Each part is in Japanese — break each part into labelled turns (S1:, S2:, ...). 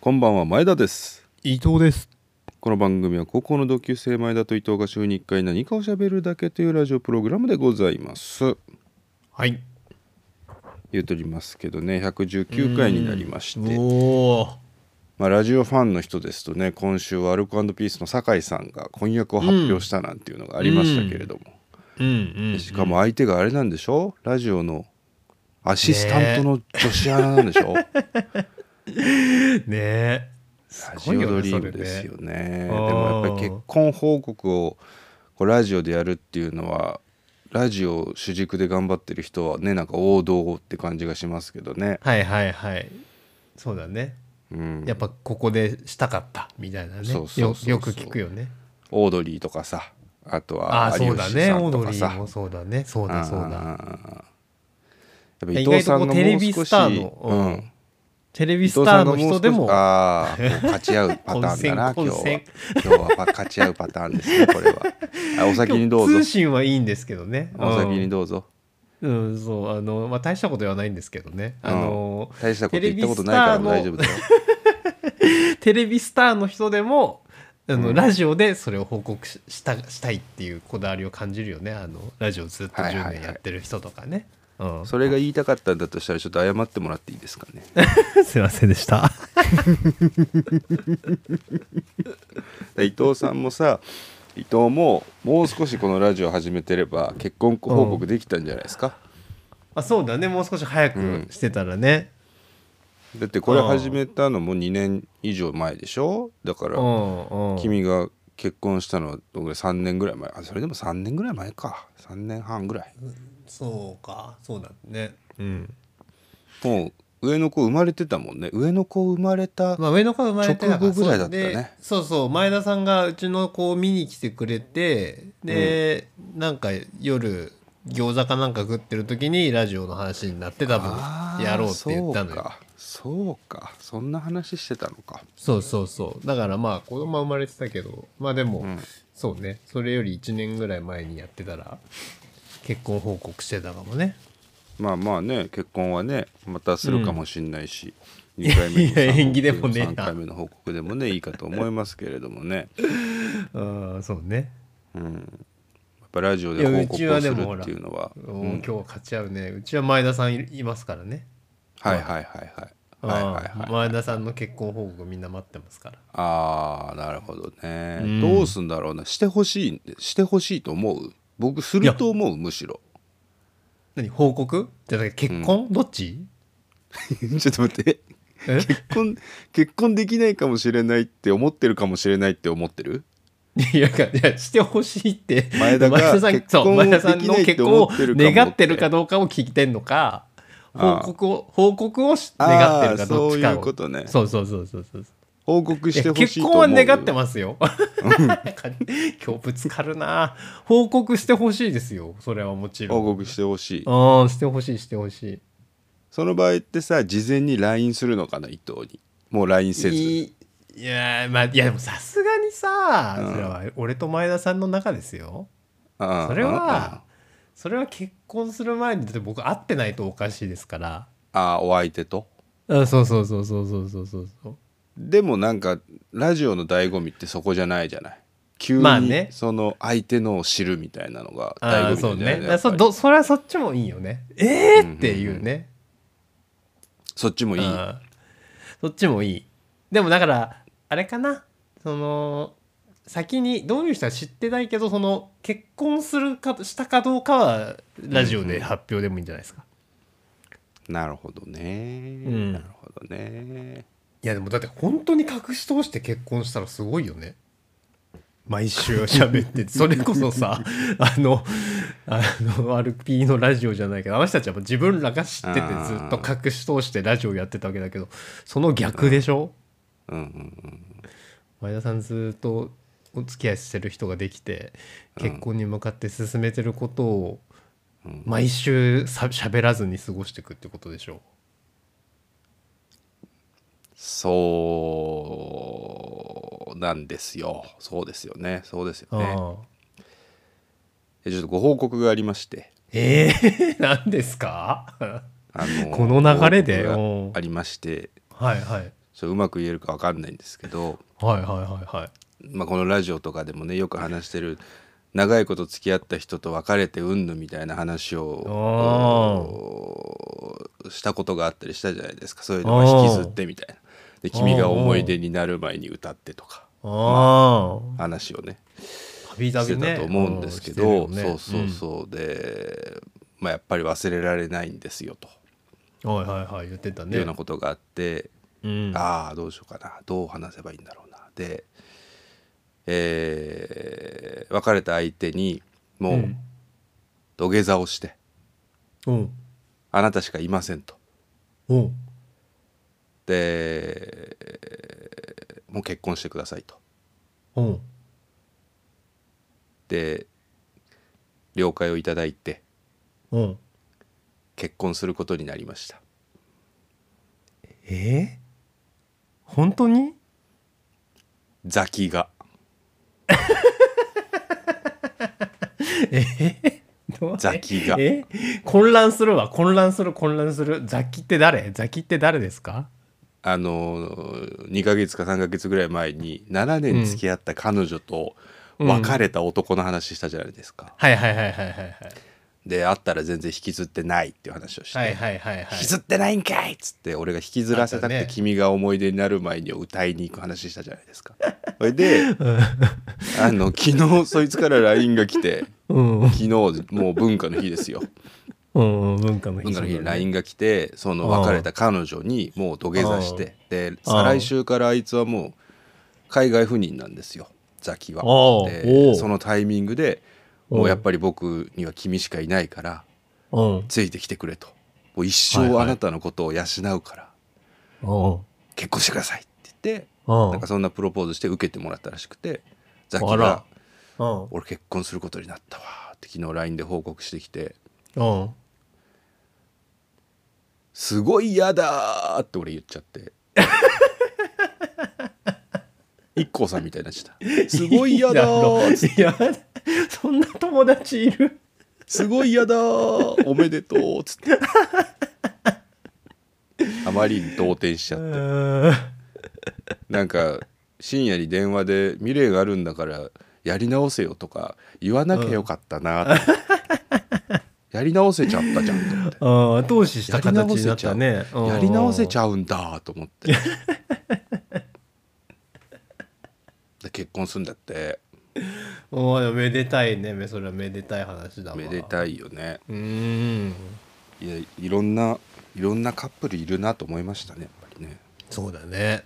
S1: こんばんは前田です
S2: 伊藤です
S1: この番組は高校の同級生前田と伊藤が週に1回何かを喋るだけというラジオプログラムでございます
S2: はい
S1: 言うとりますけどね119回になりまして、
S2: おお
S1: まあ、ラジオファンの人ですとね今週はアルコピースの酒井さんが婚約を発表したなんていうのがありましたけれども、
S2: うんうん
S1: しかも相手があれなんでしょラジオのアシスタントの女子アナなんでしょ、
S2: ねえす
S1: ラジ
S2: ご
S1: オ
S2: いよ
S1: ド
S2: ね
S1: リーム
S2: それね
S1: ですよねで
S2: あー
S1: もやっぱり結婚報告をこうラジオでやるっていうのはラジオ主軸で頑張ってる人はねなんか王道って感じがしますけどね、
S2: はいはいはいそうだね
S1: うん、
S2: やっぱここでしたかったみたいなね
S1: そうそうそうそう
S2: よよく聞くよね
S1: オードリーとかさあと
S2: ああ
S1: は
S2: ー
S1: 有
S2: そうだ
S1: 吉
S2: ね
S1: さ
S2: オ
S1: ん
S2: ー
S1: と
S2: ド
S1: か
S2: リ
S1: さ
S2: ーもそうだねそうだそうだ
S1: だやっぱ
S2: 意
S1: 伊藤
S2: 外と
S1: さん
S2: こう
S1: が
S2: テレ
S1: もう
S2: ビ
S1: 少
S2: ス
S1: し
S2: ターの
S1: う
S2: うん
S1: ん
S2: テレビ
S1: 伊
S2: ス
S1: 藤
S2: タ
S1: さ
S2: ー
S1: んがも
S2: の
S1: う少
S2: 人
S1: し
S2: でも
S1: ああこう勝ち合うパターンだ な今
S2: 混
S1: 日
S2: 戦混
S1: は
S2: 戦
S1: 今日はパ勝ち合うパターンですねこれはあお先にどうぞ
S2: 通信はいいんですけどね
S1: お先に
S2: ど
S1: どうぞ
S2: うんそうあのまあ大したことではないんですけどねあのー
S1: 大したこと言ったことないから大丈夫だよ
S2: テレビスターの人でもあの、
S1: うん
S2: ラジオでそれを報告ししたしたいっていうこだわりを感じるよねあのラジオずっと
S1: はいはい
S2: 10
S1: はい
S2: 年やってる人とかね、うん、
S1: それ が言いたかったんだとしたらちょっと謝ってもらっていいですか ね
S2: すいませんでした
S1: 伊藤さんもさ伊藤ももう少しこのラジオ始めてれば結婚報告できたんじゃないですか、
S2: あそうだねもう少し早くしてたらね
S1: だってこれ始めたのも2年以上前でしょだか
S2: う
S1: ら
S2: んうん
S1: 君が結婚したのはどのぐらい3年ぐらい前あそれでも3年ぐらい前か3年半ぐらい
S2: そうかそうだねうん
S1: もう上の子生まれてたもんね上の子生まれた
S2: まあ、上の子が生まれてなか
S1: 直後ぐらいだったね
S2: そうでそうそう前田さんがうちの子を見に来てくれてで、なんか夜餃子かなんか食ってる時にラジオの話になって多分
S1: あー
S2: やろうって言ったのよ
S1: そうかそうかそんな話してたのか
S2: そうそうそうだからまあ子供は生まれてたけどまあでも、そうねそれより1年ぐらい前にやってたら結婚報告してたかもね
S1: まあまあね結婚はねまたするかもしんないし、二2回目
S2: いやいや
S1: の
S2: 縁起でもねえな
S1: 3回目の報告でもねいいかと思いますけれどもね、
S2: ああそうね
S1: うん、やっぱラジオで報告をするっていうのは
S2: おー今日は勝ち合うねうちは前田さんいいますからね
S1: はいはいはいはいはいはいはい
S2: 前田さんの結婚報告みんな待ってますから
S1: ああなるほどね、
S2: うん
S1: どうすんだろうなしてほしいんでしてほしいと思う僕すると思うむし ろ
S2: 何報告じゃあ結婚、どっち
S1: ちょっと待って
S2: え
S1: 結婚結婚できないかもしれないって思ってるかもしれないって思ってる
S2: いやいやいやしてほしいって
S1: 前田が
S2: さん
S1: 結婚
S2: そう前田
S1: で
S2: さん
S1: き
S2: の
S1: ないって
S2: 結婚
S1: 思
S2: を
S1: ってるかも
S2: 願ってるかどうかを聞いてんのか
S1: あ
S2: 報告を報告をし願ってるかどっちか
S1: あーそういう
S2: を
S1: ことね
S2: そうそうそうそうそう
S1: 報告してほしい
S2: 結
S1: と
S2: 婚
S1: 思う
S2: は願ってます よ 今日ぶつかるな報告してほしいですよそれはもちろん
S1: 報告してほしい
S2: ああしてほしいしてほしい
S1: その場合ってさ事前に LINE するのかな伊藤にもう LINE せず
S2: いいやーまあいやでもさすがにさ、それは俺と前田さんの中ですよ
S1: ああ
S2: それは
S1: あ
S2: それは結婚する前にだって僕会ってないとおかしいですから
S1: ああお相手と
S2: あそうそうそうそうそうそうそうそう
S1: でもなんかラジオの醍醐味ってそこじゃないじゃない急
S2: まあ
S1: に
S2: ね
S1: その相手のを知るみたいなのが
S2: あ
S1: 醍
S2: あ
S1: 醐味
S2: そ
S1: な
S2: うん
S1: じゃない
S2: ね
S1: や
S2: だ
S1: っぱ
S2: そ
S1: り
S2: どそれはそっちもいいよねええー、っていうね、
S1: そっちもいいあ
S2: うんそっちもいいでもだからあれかなその先にどういう人は知ってないけどその結婚するかしたかどうかはラジオで発表でもいいんじゃないですか、
S1: なるほどね、
S2: うん
S1: なるほどね
S2: いやでもだって本当に隠し通して結婚したらすごいよね毎週喋ってて それこそさあのあの RP のラジオじゃないけどあの人たちはもう自分らが知ってて
S1: あー
S2: ずっと隠し通してラジオやってたわけだけどその逆でしょ、
S1: うんうん
S2: 前田さんずっとお付き合いしてる人ができて結婚に向かって進めてることを毎週さ喋らずに過ごしていくってことでしょ
S1: そうなんですよそうですよねそうです
S2: う、
S1: よね
S2: ああ
S1: えちょっとご報告がありまして
S2: ええ 何ですか
S1: あの
S2: この流れで
S1: 報告が
S2: おう
S1: ありまして
S2: はいはい
S1: ちょっとうまく言えるか分かんないんですけど、
S2: はいはいはいはい
S1: まあ、このラジオとかでもねよく話してる長いこと付き合った人と別れてうんぬみたいな話をしたことがあったりしたじゃないですかそういうのは引きずってみたいな「で君が思い出になる前に歌って」とか
S2: ああ
S1: 話をね
S2: たびた
S1: して
S2: びね
S1: たと思うんですけど、そうそうそうで、まあ、やっぱり忘れられないんですよと
S2: うんはいはいはい言ってた
S1: いうよ
S2: ね
S1: うなことがあって、
S2: うん
S1: ああどうしようかなどう話せばいいんだろうなで、えー別れた相手にもう、
S2: うん
S1: 土下座をして
S2: うん
S1: 「あなたしかいません」と。
S2: うん
S1: でえーもう結婚してくださいと。
S2: うん
S1: で了解をいただいて
S2: うん
S1: 結婚することになりました。
S2: えー、本当 に
S1: ザキが
S2: えーどう
S1: ザキが
S2: え混乱するわ混乱する混乱するザキって誰ザキって誰ですか
S1: あのー2ヶ月か3ヶ月ぐらい前に7年付き合った彼女と
S2: うん
S1: 別れた男の話したじゃないですか。
S2: はいはいはいはいはいはい
S1: で会ったら全然引きずってないっていう話をして「
S2: はいはいはいは
S1: 引
S2: い
S1: きずってないんかい!」っつって俺が引きずらせたく
S2: あってたね
S1: 君が思い出になる前に歌いに行く話したじゃない ですか。それであの昨日そいつから LINE が来て
S2: うんうん
S1: 昨日もう文化の日ですよ
S2: うん文化の日
S1: 文化の日に
S2: そうだね
S1: LINE が来てその
S2: ああ
S1: 別れた彼女にもう土下座してで
S2: ああ
S1: 再来週からあいつはもう海外赴任なんですよザキは
S2: ああ。お
S1: で
S2: う
S1: そのタイミングで
S2: うん
S1: もうやっぱり僕には君しかいないから
S2: うん
S1: ついてきてくれともう一
S2: はい
S1: 生
S2: はい
S1: あなたのことを養うから
S2: うん
S1: 結婚してくださいって言って
S2: うん
S1: なんかそんなプロポーズして受けてもらったらしくてザキ
S2: あ
S1: が
S2: らうん
S1: 俺結婚することになったわーって昨日 LINE で報告してきて
S2: うん
S1: 「すごい嫌だ!」って俺言っちゃって一 k さんみたいになっちゃった「すごい嫌だー
S2: いやそんな友達いる
S1: すごい嫌だーおめでとう」っつってあまりに動転しちゃ
S2: う
S1: って
S2: ん
S1: なんか深夜に電話で「未練があるんだからやり直せよ」とか言わなきゃよかったなーって、やり直せちゃったじゃんと思って。
S2: ああ投資した形になったね
S1: やり直せち
S2: ゃ
S1: ゃうんだと思って で結婚するんだって
S2: うんおーめでたいねめそれはめでたい話だわ
S1: めでたいよね
S2: うーん
S1: いやいろんないろんなカップルいるなと思いましたねやっぱりね
S2: そうだね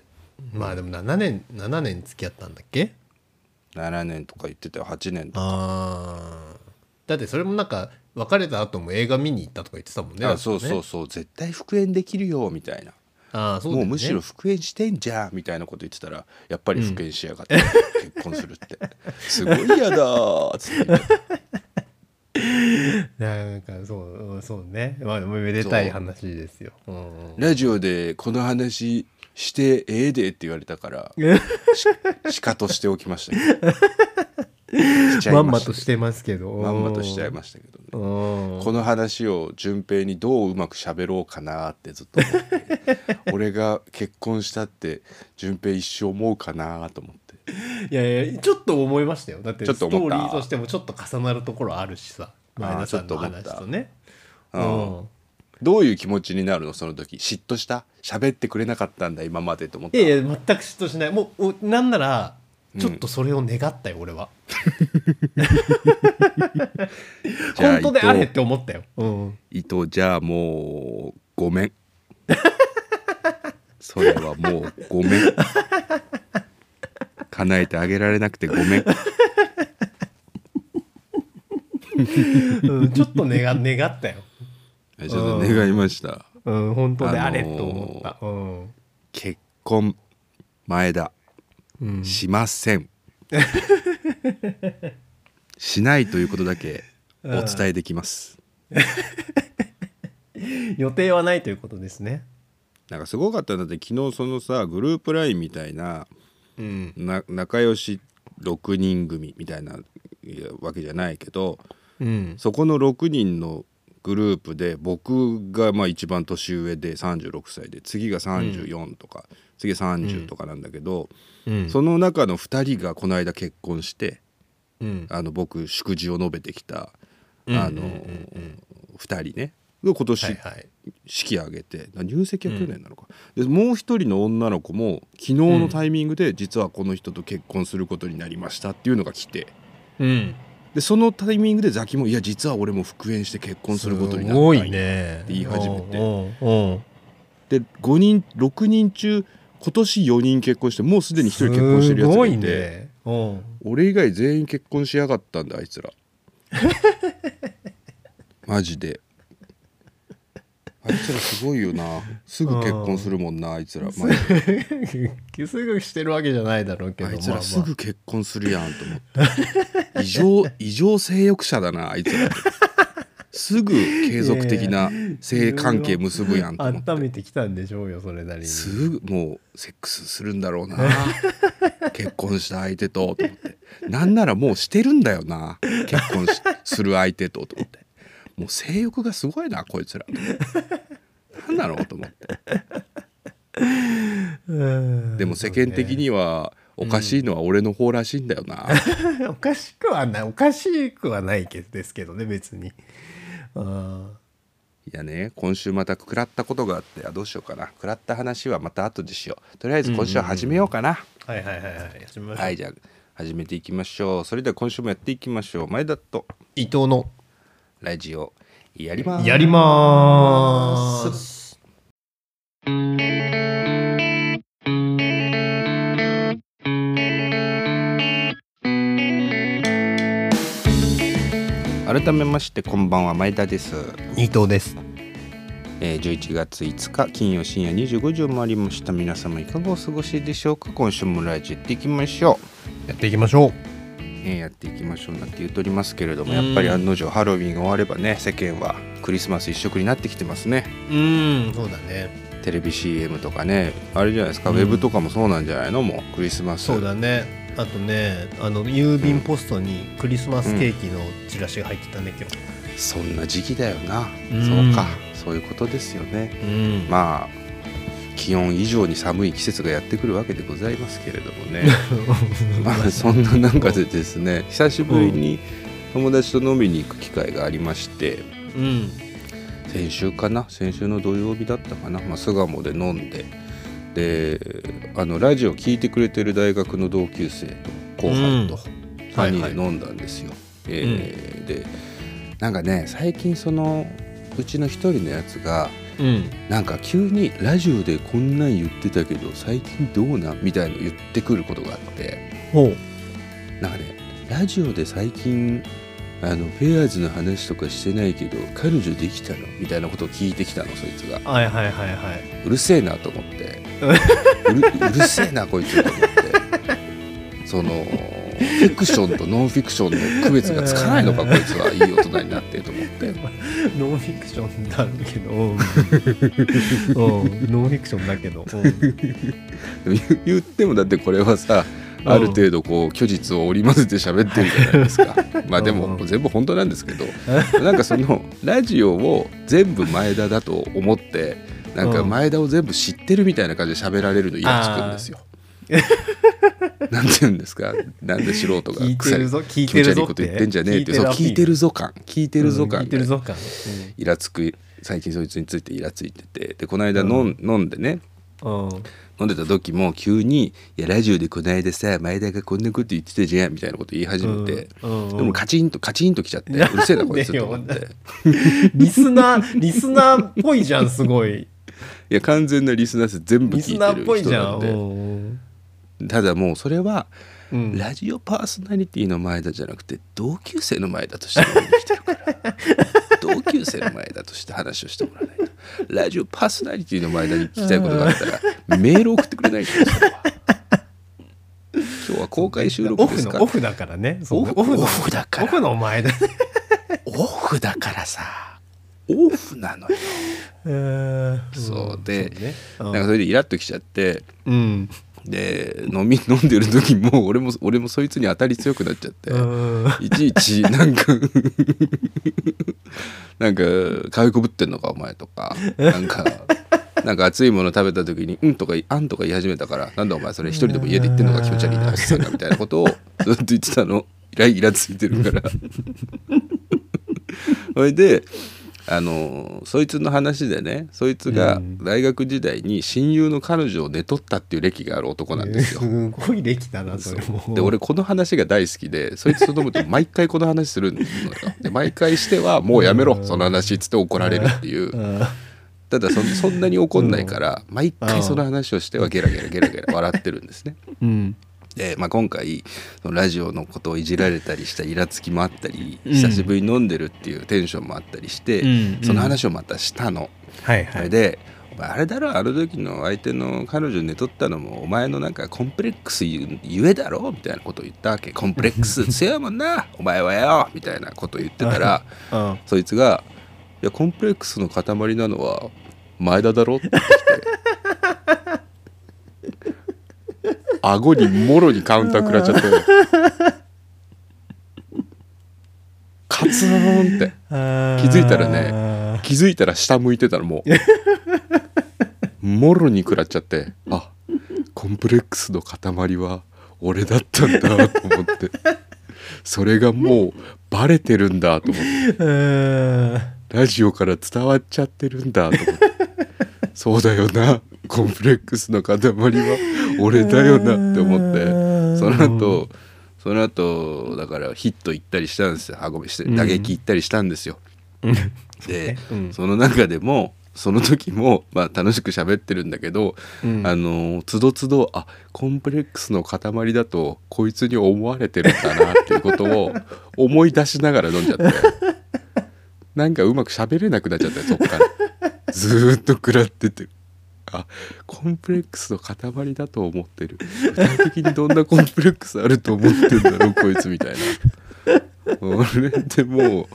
S2: まあでも7年7年付き合ったんだっけ
S1: 7年とか言ってたよ8年とか
S2: ああだってそれもなんか別れた後も映画見に行ったとか言ってたもんね
S1: あそうそうそう絶対復縁できるよみたいな
S2: ああそうだ
S1: も
S2: よ
S1: う
S2: ね
S1: むしろ復縁してんじゃんみたいなこと言ってたらやっぱり復縁しや がって、結婚するってすごい嫌だーっつって
S2: なんかそううんそうねまあでもめでたい話ですようん
S1: ラジオでこの話してええでって言われた から
S2: うん
S1: しかとしておきましたけどしちゃい
S2: ま
S1: ま
S2: んま
S1: し
S2: と
S1: た
S2: してますけど
S1: まんまとしちゃい
S2: ま
S1: ましたけどね
S2: すうん
S1: この話を順平にどううまく喋ろうかなってずっと思って 俺が結婚したって順平一生思うかなと思って
S2: いやいやちょっと思いましたよだって
S1: ちょ
S2: ス
S1: っと
S2: トー
S1: 思った
S2: リーとしてもちょっと重なるところあるしさ
S1: あー
S2: 前田さんの
S1: ちょっ
S2: 話
S1: と
S2: と
S1: 思
S2: ね
S1: う
S2: うんん
S1: どういう気持ちになるのその時嫉妬した喋ってくれなかったんだ今までと思っ
S2: い
S1: た
S2: やいや全く嫉妬しないもうおなんならちょっとそれを願ったよ俺は
S1: じゃあ
S2: 本当であれ
S1: 伊
S2: っ
S1: 藤
S2: て思ったようん
S1: 伊藤じゃあもうごめん それはもうごめん叶えてあげられなくてごめん
S2: うんちょっと願 願ったよ
S1: ちょっと願いました
S2: うん本当であれと思ったうん
S1: 結婚前田
S2: うん
S1: しませんしないということだけお伝えできます
S2: 予定はないということですね
S1: なんかすごかったんだって昨日そのさグループラインみたいな
S2: うん
S1: な仲良し6人組みたいないやわけじゃないけど
S2: うん
S1: そこの6人のグループで僕がまあ一番年上で36歳で次が34とか、次30とかなんだけど、
S2: うん
S1: その中の2人がこの間結婚して
S2: うん
S1: あの僕祝辞を述べてきた、
S2: うん
S1: あの
S2: うんうん
S1: 2人ねが今年、
S2: はいはい
S1: 式挙げてな入籍は去年なのか、でもう一人の女の子も昨日のタイミングで実はこの人と結婚することになりましたっていうのが来て
S2: うん
S1: でそのタイミングでザキも「いや実は俺も復縁して結婚することになったん
S2: すご
S1: や
S2: いね
S1: って言い始めて
S2: おうおうおう
S1: で5人6人中今年4人結婚してもうすでに1人結婚してるやつ
S2: すご
S1: が
S2: い
S1: いて
S2: ねお う
S1: 俺以外全員結婚しやがったんだあいつ らマジであいつらすごいよなすぐ結婚するもんなあいつ らマジで
S2: すぐしてるわけじゃないだろうけど
S1: あいつ
S2: ま
S1: ら
S2: あ
S1: すぐ結婚するやんと思 って異常異常性欲者だなあいつらすぐ継続的な性関係結ぶやんと
S2: ま
S1: 思っ
S2: あ、温
S1: て
S2: めてきたんでしょうよそれなりに
S1: すぐもうセックスするんだろうな結婚した相手とと思ってなんならもうしてるんだよな結婚しする相手とと思ってもう性欲がすごいなこいつらなんだろうと思って
S2: うん
S1: でも世間的にはおかしいのは俺の方らしいんだよな、
S2: おかしくはないおかしくはないけどですけどね別にあ
S1: いやね今週また食らったことがあってあどうしようかな食らった話はまた後でしようとりあえず今週は始めようかな、
S2: ーはいはいはいはいやってみましょう
S1: はいじゃあ始めていきましょうそれでは今週もやっていきましょう前田と
S2: 伊藤の
S1: ラジオやります
S2: やりまーす
S1: 改めましてこんばんは前田です、
S2: 伊藤です
S1: えー、11月5日金曜深夜25時を回りました皆様いかがお過ごしでしょうか今週もラジオやっていきましょう
S2: やっていきましょう
S1: えーやっていきましょうなんて言うとりますけれどもやっぱり案の定ハロウィンが終わればね世間はクリスマス一色になってきてますね
S2: うんそうだね
S1: テレビ CM とかねあれじゃないですか、
S2: うん
S1: ウェブとかもそうなんじゃないのもうクリスマス
S2: そうだねあとねあの郵便ポストにクリスマスケーキのチラシが入ってたね今日
S1: そんな時期だよな、
S2: う
S1: そう
S2: ん
S1: かそういうことですよね
S2: うん
S1: まあ気温以上に寒い季節がやってくるわけでございますけれどもねまあそんな中でですね久しぶりに友達と飲みに行く機会がありまして
S2: うん
S1: 先週かな先週の土曜日だったかな、まあ、巣鴨で飲んでであのラジオ聞いてくれてる大学の同級生と後輩と3人で飲んだんですよ。えーでなんかね最近そのうちの一人のやつが
S2: うん
S1: なんか急に「ラジオでこんなん言ってたけど最近どうなん?」みたいの言ってくることがあって
S2: ほう
S1: なんかねラジオで最近あのペアーズの話とかしてないけど彼女できたのみたいなことを聞いてきたのそいつが
S2: はいはいはいはいう
S1: るせえなと思ってうるうるせえなこいつと思ってそのフィクションとノンフィクションの区別がつかないのかこいつはいい大人になってと思って
S2: ノンフィクションだけ ど、うんうんノンフィクションだけど、
S1: でも 言言ってもだってこれはさ
S2: うん
S1: ある程度こう虚実を織り交ぜて喋ってるじゃないです かまあで
S2: うん
S1: も
S2: うん
S1: 全部本当なんですけどなんかそのラジオを全部前田だと思ってなんか
S2: うん
S1: 前田を全部知ってるみたいな感じで喋られるのイラつくんですよ。なんて言うんですかなんで素人が
S2: 聞いてるぞ、聞い
S1: 気持
S2: て
S1: ち悪
S2: る
S1: い
S2: ぞ
S1: こ
S2: っ
S1: と
S2: て。
S1: 言ってんじゃねえってそう聞いて
S2: る
S1: るぞ感聞いてるぞ
S2: うん
S1: 感
S2: 聞いてる
S1: が
S2: ぞ感。
S1: イラつく最近そいつについてイラついててでこの間飲ん飲んでね
S2: うん
S1: 飲んでた時も急に「いやラジオでこの間さ前田がこんなこと言ってたじゃん」みたいなこと言い始めて、
S2: うんうん
S1: でもカチンとカチンときちゃって「う
S2: なんでよ
S1: るせえなこいつ」と思って
S2: リスナー、リスナーっぽいじゃん、すご い。
S1: いや完全なリスナーです全部
S2: リ
S1: 聞
S2: ス
S1: い
S2: ナーっぽ
S1: てる
S2: い
S1: 人
S2: じゃ
S1: なん
S2: ん。
S1: で
S2: うん
S1: ただもうそれは
S2: うん
S1: ラジオパーソナリティの前田じゃなくて同級生の前田として飲みに来てるから 同級生の前田として話をしてもらわないとラジオパーソナリティの前田に聞きたいことがあったらメール送ってくれないからそれは今日は公開収録
S2: オ
S1: で
S2: フ
S1: す
S2: の
S1: から
S2: オフだからね。そう
S1: オフ
S2: オフの
S1: オフだから
S2: オフの前だ。
S1: オフだからさオフなのよ、
S2: うん
S1: そうで
S2: そ
S1: な
S2: うね
S1: んかそれでイラッときちゃって
S2: うん。
S1: で飲み飲んでる時も俺も俺もそいつに当たり強くなっちゃって、
S2: うん
S1: いちいちなんかなんかかわいこぶってんのかお前とかなんかなんか熱いもの食べた時に「うん」とか「あん」とか言い始めたから「なんだお前それ一人でも家で言ってんのが気持ち悪いな」みたいなことをずっと言ってたのイライラついてるから それであのそいつの話でねそいつが大学時代に親友の彼女を寝取ったっていう歴がある男なんですよ。
S2: すごい歴だなそれも
S1: で俺この話が大好きでそいつと飲むと毎回この話するのよで毎回しては「もうやめろその話」っつって怒られるっていう
S2: うん
S1: ただそそんなに怒んないから毎回その話をしてはゲラゲラゲラゲラ笑ってるんですね。
S2: うん
S1: で、まあ、今回そのラジオのことをいじられたりしたイラつきもあったり久しぶりに飲んでるっていうテンションもあったりして、
S2: うん
S1: その話をまたしたの。
S2: はい
S1: そ
S2: は
S1: れ
S2: い
S1: でお前あれだろあの時の相手の彼女寝とったのもお前のなんかコンプレックスゆゆえだろみたいなことを言ったわけコンプレックス強いもんなお前はよみたいなことを言ってたら
S2: うん
S1: そいつが「いやコンプレックスの塊なのは前田だろ」って言ってきて顎にもろにカウンター食らっちゃってカツーンって気
S2: 気
S1: づいたらね気づいたら下向いてたらもうもろに食らっちゃってあコンプレックスの塊は俺だったんだと思ってそれがもうバレてるんだと思って
S2: うん
S1: ラジオから伝わっちゃってるんだと思ってそうだよなコンプレックスの塊は俺だよなって思ってその後その後だからヒット行ったりしたんですよあごめんして打撃行ったりしたんですよ、で、
S2: うん
S1: その中でもその時も、まあ、楽しく喋ってるんだけど、
S2: うん
S1: あのつどつどあコンプレックスの塊だとこいつに思われてるんだなっていうことを思い出しながら飲んじゃってなんかうまく喋れなくなっちゃったよそっ からずーっと食らっててあコンプレックスの塊だと思ってる具体的にどんなコンプレックスあると思ってんだ ろうこいつみたいな。俺でもう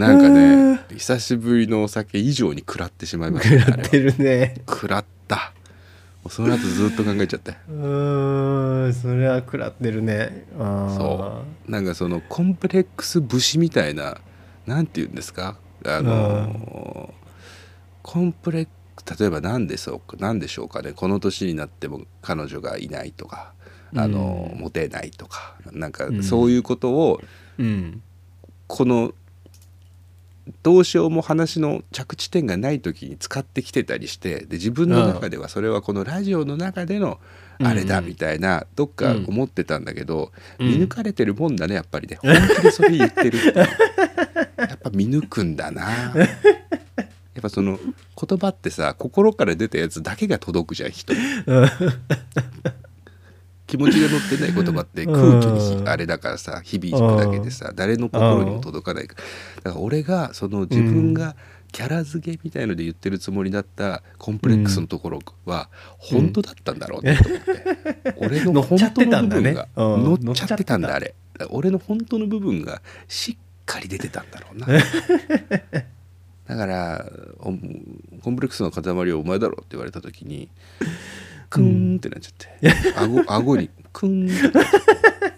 S1: なんかね久しぶりのお酒以上に食らってしまいましたね
S2: 食らってるね
S1: 食らったもうその後ずっと考えちゃって
S2: うーんそれは食らってるねあー
S1: そうなんかそのコンプレックス節みたいななんて言うんですかあのコンプレック例えば何でそうか何でしょうかねこの年になっても彼女がいないとかあの、
S2: うん
S1: モテないとかなんか
S2: うん
S1: そういうことを
S2: うん
S1: このどうしようも話の着地点がない時に使ってきてたりしてで自分の中ではそれはこのラジオの中でのあれだ
S2: うんうん
S1: みたいなどっか思ってたんだけど、
S2: うん
S1: 見抜かれてるもんだねやっぱりね本気でそれ言ってるって やっぱ見抜くんだなやっぱその言葉ってさ心から出たやつだけが届くじゃん 人に
S2: うん
S1: 気持ちが乗ってない言葉って
S2: う
S1: 空
S2: ん
S1: 気にひあれだからさ響くだけでさ誰の心にも届かないからだから俺がその自分がキャラ付けみたいので言ってるつもりだったコンプレックスのところは本当だったんだろうねと思って俺 の本当の部分が
S2: 乗っちゃってたんだねうん
S1: 乗っちゃってたんだあれだから俺の本当の部分がしっかり出てたんだろう なだからおコンプレックスの塊はお前だろって言われた時にクーンってなっちゃって、顎顎にクーンって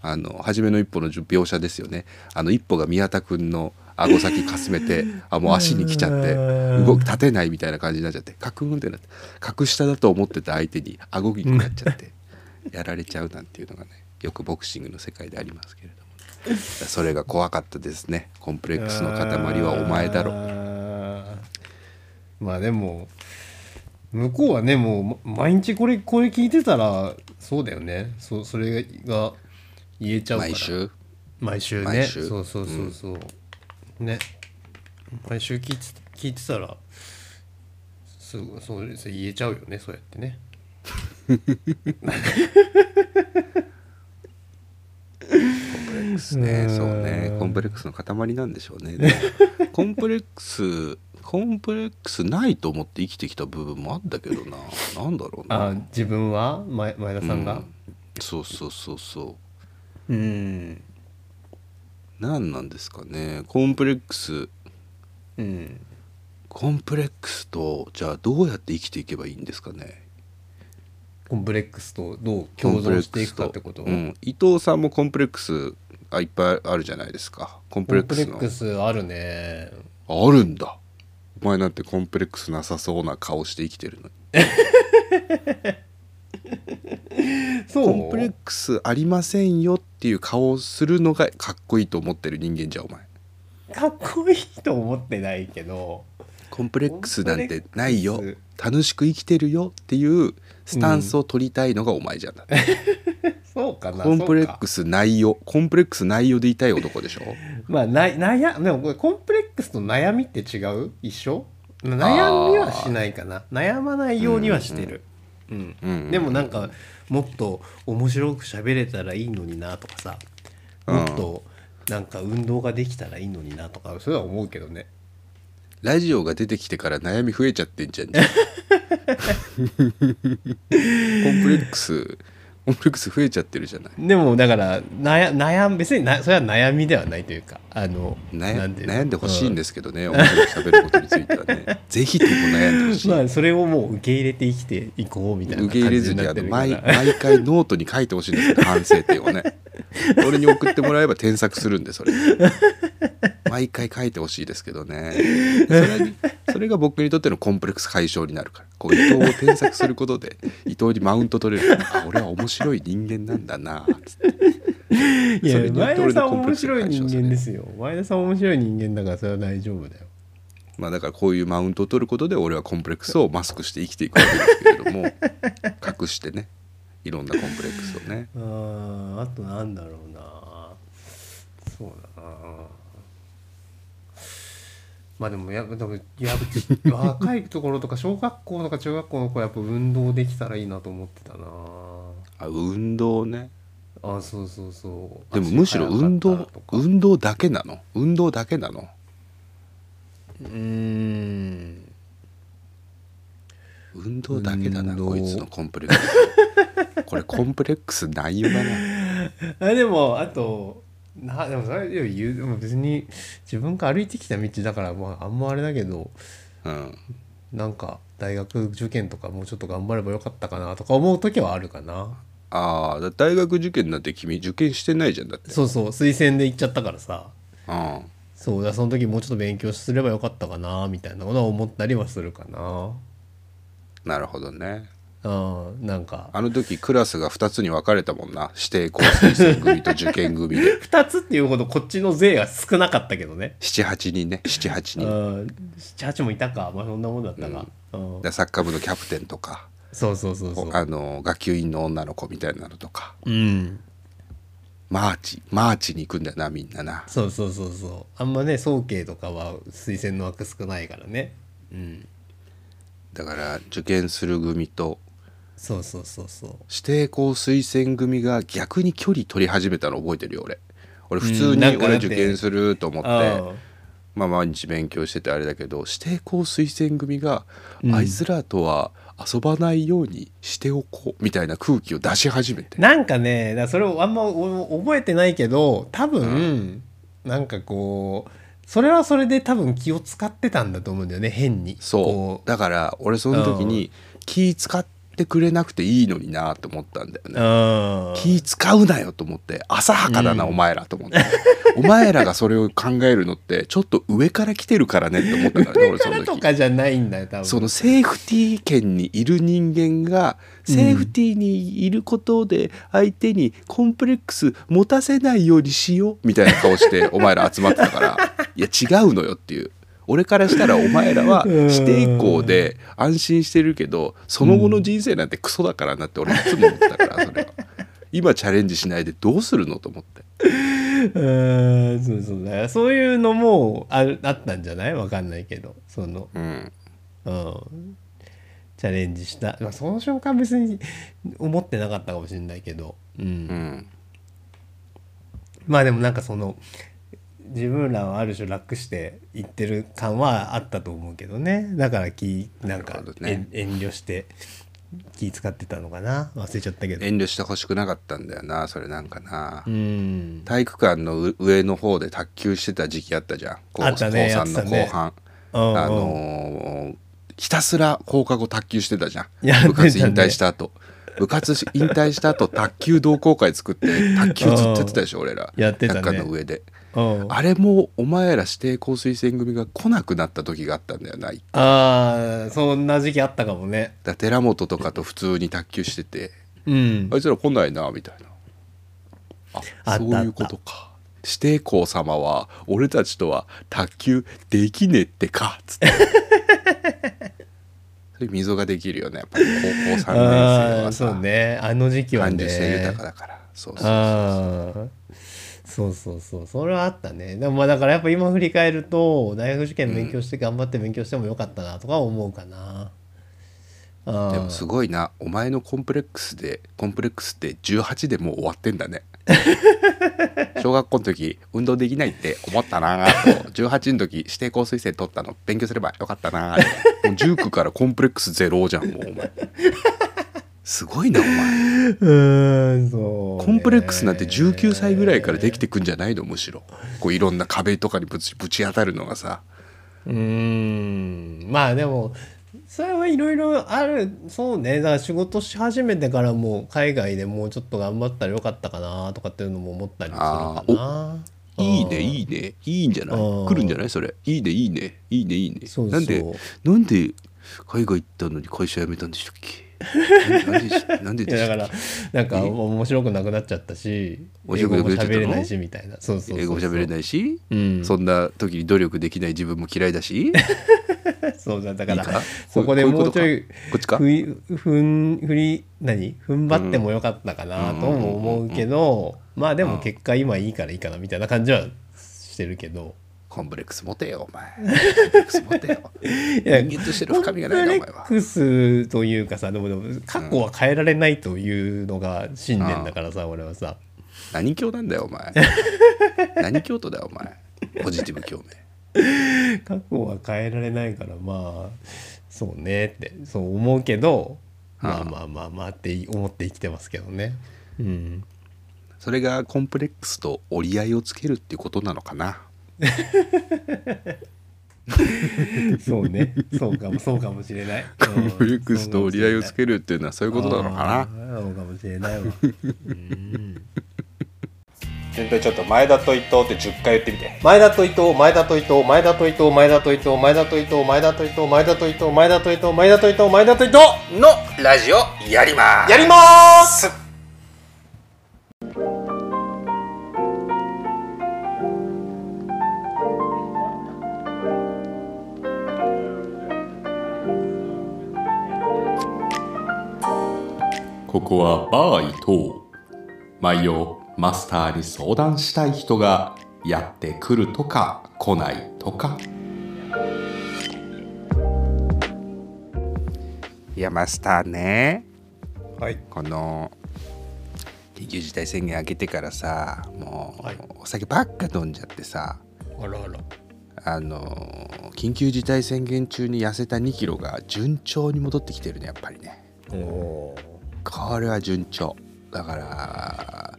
S1: あの初めの一歩の描写ですよねあの一歩が宮田君の顎先かすめてあもう足に来ちゃって
S2: うん
S1: 動き立てないみたいな感じになっちゃってカクンってなって格下だと思ってた相手に顎になっちゃってやられちゃうなんていうのがねよくボクシングの世界でありますけれども、ね、それが怖かったですねコンプレックスの塊はお前だろ
S2: あーまあでも向こうはねもうま毎日これこれ聞いてたらそうだよねそそれが言えちゃうから
S1: 毎週
S2: 毎週ね
S1: 毎週
S2: そうそうそうそう、ね毎週聞いて聞いてたらすぐそうです言えちゃうよねそうやってね
S1: ですねそうねコンプレックスの塊なんでしょうね でもコンプレックスコンプレックスないと思って生きてきた部分もあったけどななんだろうな
S2: あ自分は前前田さんが
S1: そうそうそうそう
S2: うん
S1: 何なんですかねコンプレックス
S2: うん
S1: コンプレックスとじゃあどうやって生きていけばいいんですかね
S2: コンプレックスとどう共存していくかってこと
S1: コンプレックスとうん、伊藤さんもコンプレックスあいっぱいあるじゃないですかコンプ
S2: コ
S1: レッ
S2: ン
S1: ク
S2: プ
S1: ス
S2: レ
S1: の
S2: ックスあるね
S1: あるんだお前なんてコンプレックスなさそうな顔して生きてるのに
S2: そ
S1: コンプレックスありませんよっていう顔をするのがかっこいいと思ってる人間じゃんお前
S2: かっこいいと思ってないけど
S1: コンプレックスなんてない
S2: コン
S1: よ
S2: プレック
S1: 楽しく生きてるよっていうスタンスを取りたいのがお前じゃん、だって
S2: そうかな
S1: コンプレッ
S2: ス
S1: クス内容コンプレックス内容でいたい男でしょ
S2: まあな悩でもこれコンプレックスと悩みって違う一緒悩みはしないかな悩まないようにはしてる、うん
S1: うん
S2: でもなんかもっと面白く喋れたらいいのになとかさ
S1: うん
S2: もっとなんか運動ができたらいいのになとかそれは思うけどね
S1: ラジオが出てきてから悩み増えちゃってんじゃんコンプレックスコンプレックス増えちゃってるじゃない
S2: でもだから悩悩ん別になそれは悩みではないというかあのな
S1: 悩
S2: ていうの
S1: 悩んでほしいん
S2: う
S1: ですけどね、面白く喋ることについてはねぜひとも悩んでほしい、
S2: まあそれをもう受け入れて生きていこうみたいな
S1: 受け入れずに
S2: 感
S1: あ
S2: じ
S1: の
S2: になって
S1: 毎
S2: るから
S1: 毎回ノートに書いてほしいんですけど反省点を ね俺に送ってもらえば添削するんでそれ毎回書いてほしいですけどねそれにそれが僕にとってのコンプレックス解消になるからこう伊藤を添削することで伊藤にマウント取れるあ俺は面白い人間なんだなつって
S2: い
S1: それ
S2: や
S1: によっ
S2: 前
S1: て俺
S2: 田
S1: の
S2: さん
S1: コンプレックスが
S2: 面白い
S1: 解消
S2: 人
S1: される
S2: 間ですよ前田さん面白い人間だからそれは大丈夫だよ
S1: まあだからこういうマウントを取ることで俺はコンプレックスをマスクして生きていくわけですけれども隠してねいろんなコンプレックスをね
S2: あーあとなんだろうなそうだなまあでもやっぱでもやっぱ若いところとか小学校とか中学校の子はやっぱ運動できたらいいなと思ってたな
S1: あ運動ね
S2: あそうそうそう
S1: でもむしろ運動
S2: 足速かったらとか
S1: 運動だけなの運動だけなの
S2: うーん
S1: 運動だけだな
S2: 運動
S1: こいつのコンプレックス これコンプレックス内容だな
S2: あでもあとなでもそれより言うでも別に自分が歩いてきた道だからまああんまあれだけど
S1: うん
S2: なんか大学受験とかもうちょっと頑張ればよかったかなとか思う時はあるかな
S1: ああだ大学受験なんて君受験してないじゃんだって
S2: そうそう推薦で行っちゃったからさ
S1: うん
S2: そうだその時もうちょっと勉強すればよかったかなみたいなことは思ったりはするかな
S1: なるほどね
S2: うんなんか
S1: あの時クラスが2つに分かれたもんな指定校推薦組と受験組で
S2: 2つっていうほどこっちの税が少なかったけどね
S1: 78人ね78人
S2: う
S1: だか
S2: ん78もいたかまあそんなもんだったが、うん
S1: らサッカー部のキャプテンとか
S2: そうそうそうそう
S1: あの学級委員の女の子みたいなのとか
S2: うん
S1: マーチマーチに行くんだよなみんなな
S2: そうそうそうそうあんまね早慶とかは推薦の枠少ないからねうん
S1: だから受験する組と
S2: そうそうそうそう
S1: 指定校推薦組が逆に距離取り始めたの覚えてるよ俺俺普
S2: う
S1: 通
S2: ん
S1: に
S2: なんか
S1: 俺
S2: だって
S1: 受験すると思って
S2: あ
S1: まあ毎日勉強しててあれだけど指定校推薦組があいつらとは遊ばないようにしておこうみたいな空気を出し始めて、
S2: なんかねだからそれをあんまお覚えてないけど多分、なんかこうそれはそれで多分気を使ってたんだと思うんだよね変に
S1: そうだから俺その時に気使ってくれなくていいのになと思ったんだよ
S2: う
S1: ね
S2: う。ん
S1: 気使うなよと思って浅はかだな、お前らと思ってお前らがそれを考えるのってちょっと上から来てるからねって思ったからね
S2: 上
S1: 俺そ
S2: か
S1: の
S2: らと
S1: 時
S2: かじゃないんだよ多分
S1: そのセーフティー圏にいる人間がセーフティーにいることで相手にコンプレックス持たせないようにしようみたいな顔してお前ら集まってた からいや違うのよっていう俺からしたらお前らは
S2: うん
S1: 指定校で安心してるけどその後の人生なんてクソだからなって俺いつも思ってたからそれ は今チャレンジしないでどうするのと思って
S2: うんそうそうだからそういうのもあるあったんじゃないわかんないけどその
S1: うん
S2: うん、チャレンジした、まあ、その瞬間別に思ってなかったかもしれないけど、うん
S1: うん
S2: まあでもなんかその自分らはある種楽していってる感はあったと思うけどねだから気なん
S1: な
S2: か
S1: るほど
S2: 遠,、
S1: ね
S2: 慮して気使ってたのかな忘れちゃったけど。
S1: 遠慮してほしくなかったんだよなそれなんかな
S2: うん、
S1: 体育館のう上の方で卓球してた時期あったじゃん高
S2: あったね
S1: 高三
S2: や
S1: の
S2: ってたね
S1: 後半、
S2: うんうん
S1: あのーひたすら放課後卓球してたじゃん
S2: やってたね
S1: 部活引退した後部活 し引退した後卓球同好会作って卓球ずっとやってたでしょ俺ら
S2: やってたね
S1: 体育館の上で
S2: うん
S1: あれもお前ら指定降水船組が来なくなった時があったんだよなだか
S2: ああそんな時期あったかもね
S1: ら寺本とかと普通に卓球してて
S2: うん
S1: あいつら来ないなみたいな
S2: あ
S1: あ
S2: った
S1: そういうことか指定校様は俺たちとは卓球できねえってかつって そういう溝ができるよねやっぱり高校3年生
S2: ああ
S1: は
S2: ー
S1: さ
S2: そうねあの時期は
S1: 感
S2: ね
S1: 受性豊かだからそうそう
S2: ああそうそうそうそれはあったねでもまあだからやっぱ今振り返ると大学受験勉強して頑張って勉強してもよかったなとか思うかな、ああ
S1: でもすごいなお前のコンプレックスでコンプレックスって18でもう終わってんだね小学校の時運動できないって思ったなあと18の時指定校推薦取ったの勉強すればよかったなあともう19からコンプレックスゼロじゃんもうお前すごいなお前
S2: うーんそうね
S1: コンプレックスなんて19歳ぐらいからできてくんじゃないのむしろこういろんな壁とかにぶちぶち当たるのがさ
S2: うーんまあでもそれはいろいろあるそうねだから仕事し始めてからも海外でもうちょっと頑張ったらよかったかなとかっていうのも思ったりするかな。
S1: いいね
S2: い
S1: いいねいいんじゃない
S2: うん
S1: 来るんじゃないそれいいねいいねいいねいいね
S2: そうそう
S1: なんでなんで海外行ったのに会社辞めたんでしたっけなんでしなんで
S2: い
S1: で
S2: や
S1: し
S2: だか
S1: た
S2: ら
S1: っけ
S2: なんか面白くなくなっちゃったし
S1: 面
S2: 英
S1: 白
S2: 語
S1: くなくな
S2: も
S1: っちゃったの
S2: 喋れないしみたいなそうそうそうそう
S1: 英語も喋れないし、
S2: うん
S1: そんな時に努力できない自分も嫌いだ し
S2: そうだだ
S1: い
S2: か
S1: い
S2: ら
S1: か
S2: そこでもうちょい
S1: こういうことかこっちか
S2: ふいふんふり何踏ん張ってもよかったかなとも思うけどまあでも結果今いいからいいかなみたいな感じはしてるけど
S1: コンプレックス持てよお前コンプレックス持てよ
S2: や
S1: 人間としての
S2: コンプ
S1: 深み
S2: レ
S1: がないなお前
S2: ッ
S1: は
S2: クスというかさでもでも過去は変えられないというのが信念だからさ俺はさ
S1: 何教なんだよお 前何教徒だよお前ポジティブ教明
S2: 過去は変えられないからまあそうねってそう思うけどまあまあまあまあって思って生きてますけどねうん
S1: それがコンプレックスと折り合いをつけるっていうことなのかな
S2: そうねそう かもそうかもしれない
S1: コンプレックスと折り合いをつけるっていうのはそういうことなのかな
S2: なそうかもしれないわ
S1: 全体ちょっと前田と伊藤って10回言ってみて
S2: 前田と伊藤前田と伊藤前田と伊藤前田と伊藤前田と伊藤前田と伊藤前田と伊藤前田と伊藤前田と伊藤前田と伊藤
S1: のラジオやります
S2: やります
S1: ここはバー伊藤毎夜マスターに相談したい人がやってくるとか来ないとかいやマスターね
S2: はい
S1: この緊急事態宣言明けてからさもう、
S2: はい
S1: お酒ばっか飲んじゃってさ
S2: あらあら
S1: あのー緊急事態宣言中に痩せた2キロが順調に戻ってきてるねやっぱりね
S2: お
S1: これは順調だから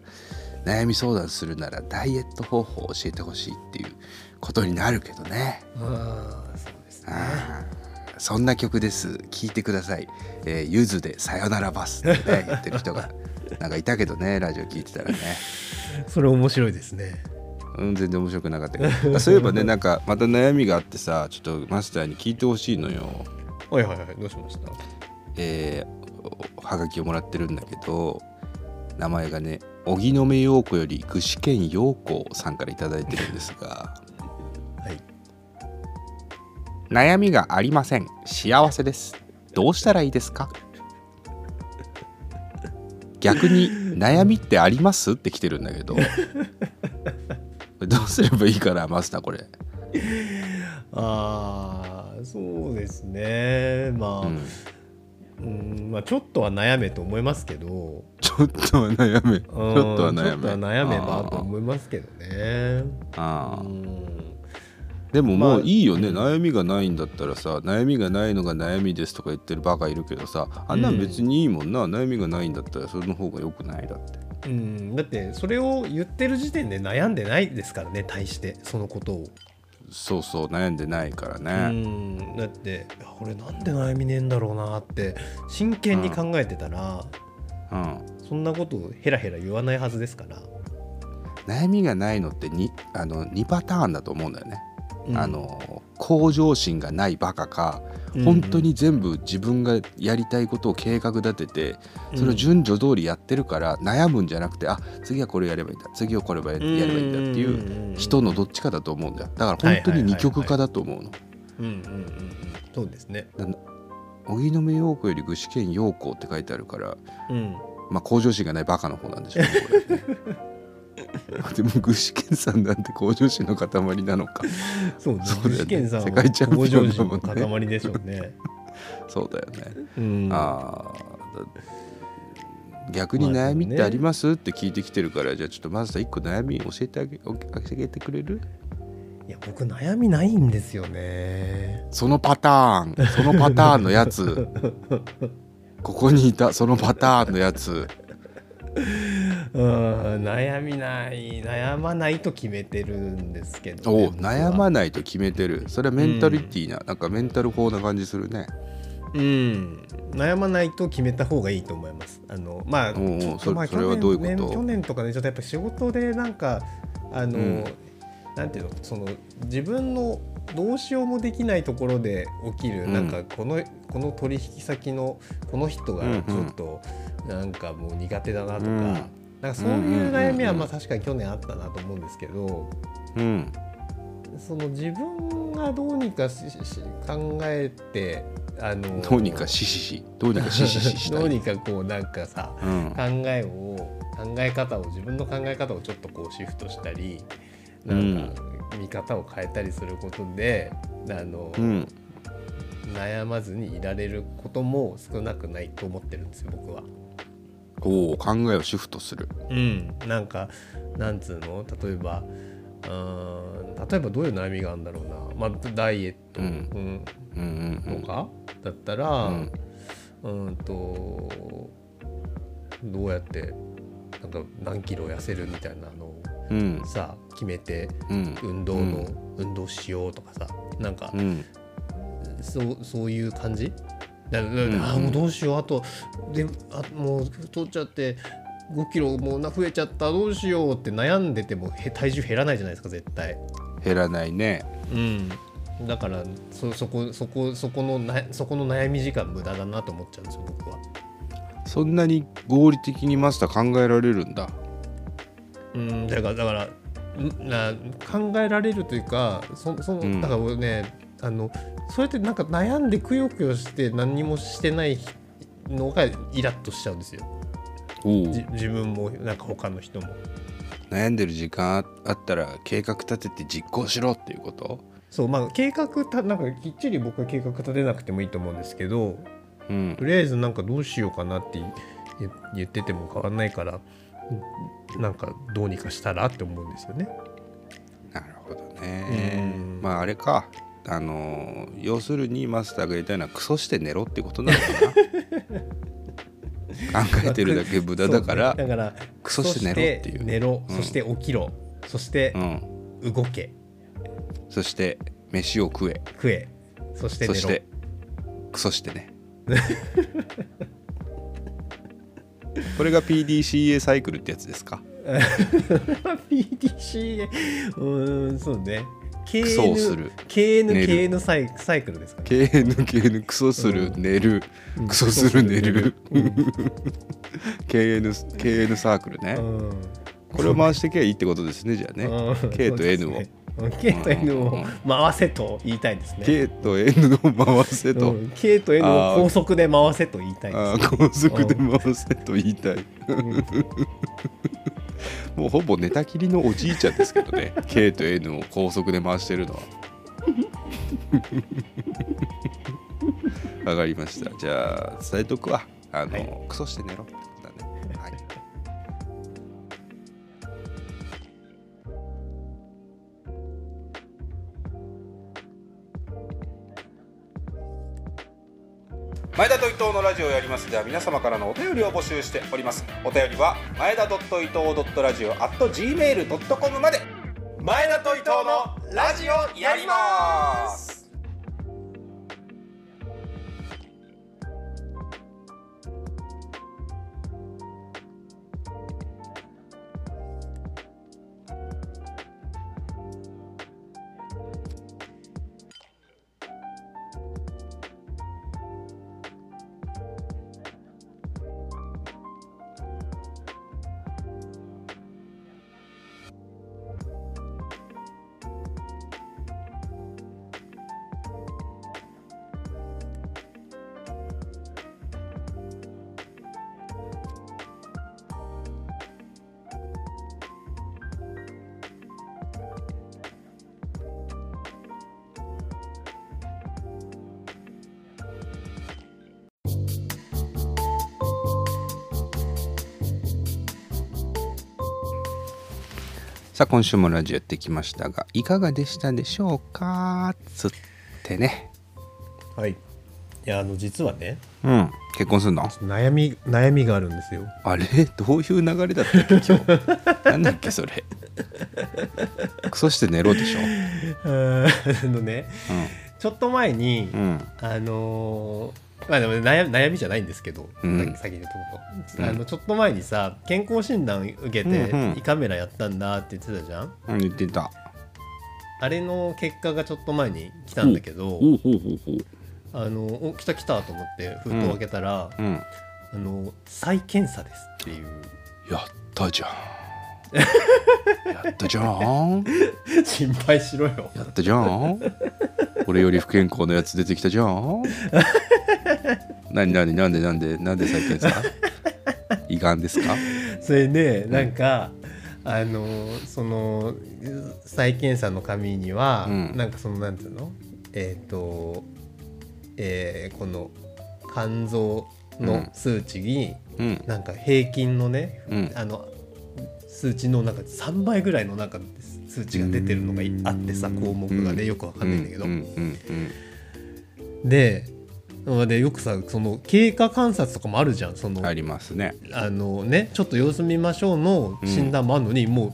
S1: 悩み相談するならダイエット方法を教えてほしいっていうことになるけどね
S2: ああそうですね
S1: あーそんな曲です聴いてください「えーゆずでさよならバス」って、ね、言ってる人 がなんかいたけどねラジオ聴いてたらね
S2: それ面白いですね
S1: うん、全然面白くなかったけ どあそういえばねなんかまた悩みがあってさちょっとマスターに聞いてほしいのよ
S2: はいはいはいどうしました
S1: えー、はがきをもらってるんだけど名前がね荻野目陽子より具志堅陽子さんから頂いいてるんですが
S2: はい
S1: 悩みがありません幸せですどうしたらいいですか逆に悩みってありますって来てるんだけどこれどうすればいいかなマスターこれ
S2: ああそうですねまあ、
S1: うん
S2: うんまあ、ちょっとは悩めと思いますけど
S1: ちょっとは悩め。ち
S2: ちょ
S1: ょっとは
S2: ちょ
S1: 悩
S2: っ
S1: め。
S2: とは悩めばと思いますけどね
S1: あ
S2: う
S1: ーあー
S2: ん
S1: でも
S2: ま
S1: も
S2: あ
S1: ういいよね、悩みがないんだったらさ悩みがないのが悩みですとか言ってるバカいるけどさあんなん別にいいもんな、悩みがないんだったらそれの方がよくないだって
S2: うん、だってそれを言ってる時点で悩んでないですからね対してそのことを、
S1: そうそう悩んでないから
S2: う
S1: ね、
S2: ん、だっていや俺なんで悩みねえんだろうなって真剣に考えてたら、
S1: うん
S2: そんなことをヘラヘラ言わないはずですから
S1: 悩みがないのって 2, あの2パターンだと思うんだよね。
S2: うん
S1: あ、の向上心がないバカか
S2: うん
S1: 本当に全部自分がやりたいことを計画立ててそれを順序通りやってるから悩むんじゃなくてあ次はこれやればいいんだ次はこれやればいいんだっていう
S2: うん
S1: 人のどっちかだと思うんだよだから本当に二極化だと思うの。
S2: うんうんうんうんそうですね
S1: 荻野目洋子より具志堅洋子って書いてあるから、
S2: うん
S1: まあ、向上心がないバカの方なんでしょうねこれね でも具志堅さんなんて向上心の塊なのか
S2: そうね
S1: そうだよね
S2: 具志堅さん
S1: 世界チャンピオンだもんね
S2: 向上心の塊でしょうね
S1: そうだよね。
S2: うん
S1: あーだ逆に
S2: まあ
S1: 悩みっ
S2: で
S1: て
S2: もね
S1: あります、って聞いてきてるからじゃあちょっとまずさ一個悩み教えてあげおあげてくれる
S2: いや僕悩みないんですよね
S1: そのパターンそのパターンのや つここにいたそのパターンのやつ
S2: うん悩みない悩まないと決めてるんですけどね、
S1: おう
S2: 僕は
S1: 悩まないと決めてるそれはメンタリティーな、なんかメンタル法な感じするね
S2: うん悩まないと決めた方がいいと思いますあのまあ
S1: おうおう
S2: ちょっ
S1: それ
S2: まあ
S1: それは
S2: 去年
S1: どういうこと
S2: ね去年とかねちょっとやっぱ仕事でなんかあの、
S1: うん
S2: なんていうのその自分のどうしようもできないところで起きる、
S1: うん
S2: なんかこのこの取引先のこの人が
S1: うんうん
S2: ちょっとなんかもう苦手だなとか、
S1: うん
S2: なんかそういう悩みは
S1: うんうんうんうん
S2: まあ確かに去年あったなと思うんですけど、
S1: うん
S2: その自分がどうにかしし考えてあの
S1: どうにかしししどうにかしししした
S2: どう
S1: い、
S2: にかこうなんかさ
S1: うん
S2: 考えを考え方を自分の考え方をちょっとこうシフトしたりなんか見方を変えたりすることで、あの
S1: うん、
S2: 悩まずにいられることも少なくないと思ってるんですよ僕は。
S1: おう考えをシフトする
S2: うん、なんかなんつうの例えばうーん例えばどういう悩みがあるんだろうな、まあ、ダイエット、
S1: うん
S2: うん
S1: うんうんうん
S2: とか、だったら、
S1: う
S2: うん
S1: ん、
S2: とどうやってなんか何キロ痩せるみたいなのを
S1: うん
S2: さ決めて
S1: うん
S2: 運動の、
S1: うん
S2: 運動しようとかさなんか、
S1: うん
S2: そうそういう感じだだだ
S1: ん
S2: あーもうどうしようあとであもう太っちゃって5キロもうな増えちゃったどうしようって悩んでてもへ体重減らないじゃないですか絶対。
S1: 減らないね
S2: うん、だからそそこそこそこのなそこの悩み時間無駄だなと思っちゃうんですよ僕は。
S1: そんなに合理的にマスター考えられるんだ
S2: うんだからだからんな考えられるというかそその、
S1: うん
S2: だから俺ねあのそうやってなんか悩んでくよくよして何にもしてないのがイラッとしちゃうんですよ
S1: おう
S2: じ自分もなんか他の人も。
S1: 悩んでる時間あったら計画立てて実行しろっていうこと
S2: そうまあ、計画たなんかきっちり僕は計画立てなくてもいいと思うんですけど
S1: うん
S2: とりあえずなんかどうしようかなって言言ってても変わんないからうんなんかどうにかしたらって思うんですよね。
S1: なるほどね
S2: うん
S1: まああれかあのー要するにマスターが言いたいのはクソして寝ろってことなのかな考えてるだけ無駄だから
S2: そうねだから
S1: クソして寝ろっていう
S2: クソして寝ろ
S1: うん
S2: そして起きろ、そして
S1: うん
S2: 動け
S1: そして飯を食え
S2: 食えそして
S1: そ
S2: 寝
S1: し
S2: ろ
S1: てクソしてねこれが PDCA サイクルってやつですか
S2: PDCA うーんそうね
S1: クソをする
S2: KN
S1: 寝る
S2: KN サイサイクルですかね
S1: KN、KN、クソする、寝る、クソする、寝る、
S2: うん
S1: KN、KN サークルね。
S2: うん
S1: これを回していけばいいってことですね、じゃあね。
S2: う ん
S1: K と N を
S2: そうですねうん K と N
S1: うんうん
S2: を回せと言いたいですね
S1: K と N を回せと
S2: う、ん K と N を高速で回せと言いたいです
S1: あー高速で回せと言いたい。 もうほぼ寝たきりのおじいちゃんですけど ね、K と N を高速で回してるのは。わかりました。じゃあ、伝えとくわ。あの、
S2: はい
S1: クソして寝ろってことだね。はい前田と伊藤のラジオをやりますでは皆様からのお便りを募集しておりますお便りは前田伊藤ラジオ at gmail.com まで前田と伊藤のラジオやりますさあ今週もラジオやってきましたがいかがでしたでしょうかつってね
S2: はいいやあの実はね
S1: うん結婚するの
S2: 悩み悩みがあるんですよ
S1: あれどういう流れだったっけ今 日なんだっけそれクソして寝ろでしょ
S2: あーあのねちょっと前に、
S1: うんうん
S2: あのーまあでも悩悩みじゃないんですけど、
S1: うん
S2: 先に言っとこう
S1: うん
S2: あのちょっと前にさ健康診断受けて、
S1: うんうん
S2: 胃カメラやったんだって言ってたじゃん
S1: うん言ってた
S2: あれの結果がちょっと前に来たんだけど、
S1: おうほうほうほう
S2: あのお来た来たと思って封筒を開けたら、
S1: うんや
S2: あの再検査ですっていう
S1: ったじゃ んやったじゃん
S2: 心配しろよ
S1: やったじゃん俺より不健康なやつ出てきたじゃ ん何何なんでなんでなんで最近さ胃がんですか
S2: それでなんか、あのその再検査の紙には、
S1: うん
S2: なんかそのなんていうのえっ、と、えーこの肝臓の数値に、
S1: うん
S2: なんか平均のね、
S1: うん
S2: あの数値の中で3倍ぐらいのなんか数値が出てるのがあってさ項目がねよくわかんないんだけど、
S1: うんうんうん
S2: ででよくさその経過観察とかもあるじゃんその、
S1: うんありますね
S2: あのねちょっと様子見ましょうの診断もあるのに、も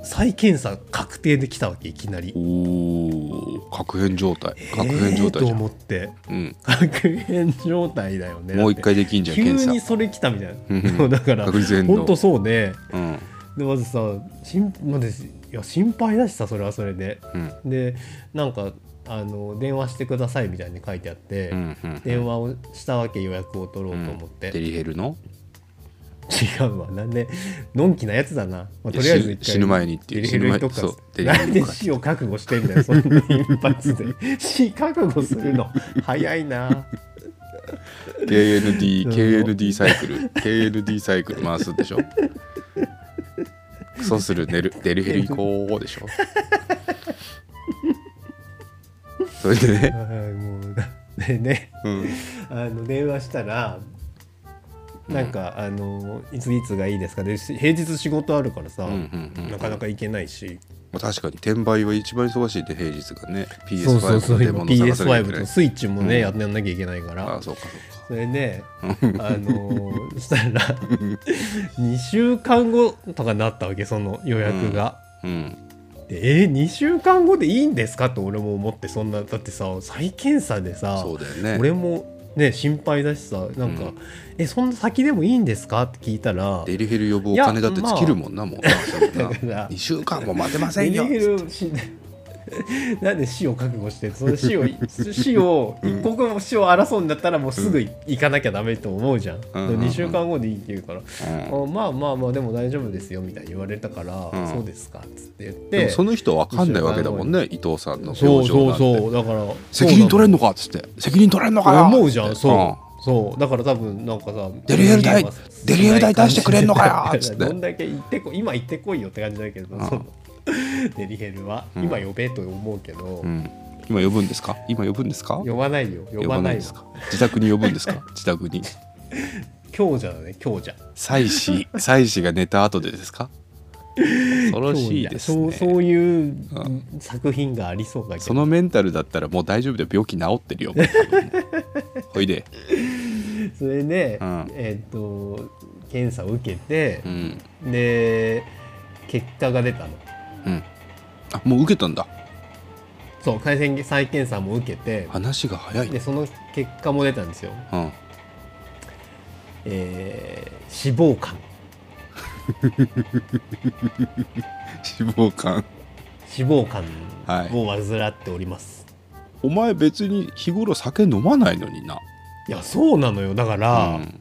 S2: う再検査確定できたわけいきなり
S1: お。お確変状態確変状態
S2: えーと
S1: じゃん、
S2: 思って
S1: うん
S2: 確変状態だよね
S1: もう一回できんじゃん
S2: 急
S1: 検査
S2: にそれ来たみたい
S1: うん
S2: なそうだから
S1: 確率変動
S2: 本当そうで
S1: うん
S2: でまずさしん、まあですいや心配だしさそれはそれで
S1: うん
S2: でなんかあの電話してくださいみたいに書いてあって、
S1: うんうん
S2: 電話をしたわけ予約を取ろうと思って、
S1: デリヘルの
S2: 違うわなんでのんきなやつだな、まあ、とりあえず一
S1: 死ぬ死ぬ前にっていう
S2: デリヘル行っとく
S1: 死ぬ前そうデリ
S2: か
S1: ヘ
S2: な
S1: ル行
S2: ん
S1: く
S2: で
S1: から
S2: 死を覚悟してんだよそんな一発で死覚悟するの早いな
S1: KND
S2: うん
S1: KND サイクル KND サイクル回すでしょクソする寝るデリヘル行こうでしょそれで
S2: あ
S1: ね、
S2: ーもうでね
S1: うん、
S2: あの電話したらなんか、あのいついつがいいですかでし平日仕事あるからさ、
S1: んうんうん
S2: なかなか行けないし、
S1: まあ確かに転売は一番忙しいで平日がね
S2: そうそう
S1: PS5
S2: そ
S1: の
S2: う
S1: デ
S2: 今
S1: モの探さなきゃいけ
S2: PS5
S1: ない
S2: とスイッチもね、
S1: うん
S2: やんなきゃいけないから
S1: ああそうか
S2: それで、あのーしたら2週間後とかになったわけその予
S1: そ
S2: 約が。
S1: うかうん
S2: でえー、2週間後でいいんですかと俺も思ってそんなだってさ再検査でさ、
S1: そうだよね
S2: 俺も、ね、心配だしさなんか、
S1: うん
S2: えそんな先でもいいんですかって聞いたら。
S1: デリヘル予防お金だって尽きるもんなもうなそんな
S2: だから
S1: 2週間も待てませんよ
S2: デリヘルし なんで死を覚悟してその 死を死を一刻も死を争うんだったらもうすぐ行かなきゃダメと思うじゃん、
S1: うんうんうん
S2: 2週間後でいいって言うから、
S1: うん
S2: あまあまあまあでも大丈夫ですよみたいに言われたから、
S1: うん
S2: そうですかっつって言って
S1: でもその人は分かんないわけだもんね伊藤さんの表情
S2: そう
S1: なんて
S2: そうそうだから
S1: 責任取れんの
S2: の
S1: かっつって責任取れんのかよ
S2: か思うじゃんそう、
S1: うん
S2: そうだから多分なんかさ
S1: デリヘル代
S2: 人間はさ
S1: デリヘル代出してくれんのかよっ つって
S2: どんだけ行ってこ今行ってこいよって感じだけど、
S1: うん
S2: その デリヘルは、
S1: うん
S2: 今呼べと思うけど、
S1: うん今呼ぶんですか今呼ぶんですか
S2: 呼ばないよ呼ばないよ
S1: ですか自宅に呼ぶんです か自宅に
S2: 強者だね強者
S1: 妻子妻子が寝た後でですか恐ろしいです
S2: 強
S1: ね
S2: 者そうそういう
S1: う
S2: 作品がありそうだけ
S1: そ
S2: ど
S1: のメンタルだったらもう大丈夫だよ病気治ってるよもう多 分もうほいで
S2: それで、
S1: うん
S2: えっ、と検査を受けて
S1: う、ん
S2: で結果が出たの
S1: うんあもう受けたんだ
S2: そう回線再検査も受けて
S1: 話が早い
S2: でその結果も出たんですよ、
S1: うん
S2: えー、死亡感
S1: 死亡感
S2: 死亡感
S1: はい
S2: を患っております、、
S1: お前別に日頃酒飲まないのにない
S2: やそうなのよだから、
S1: うん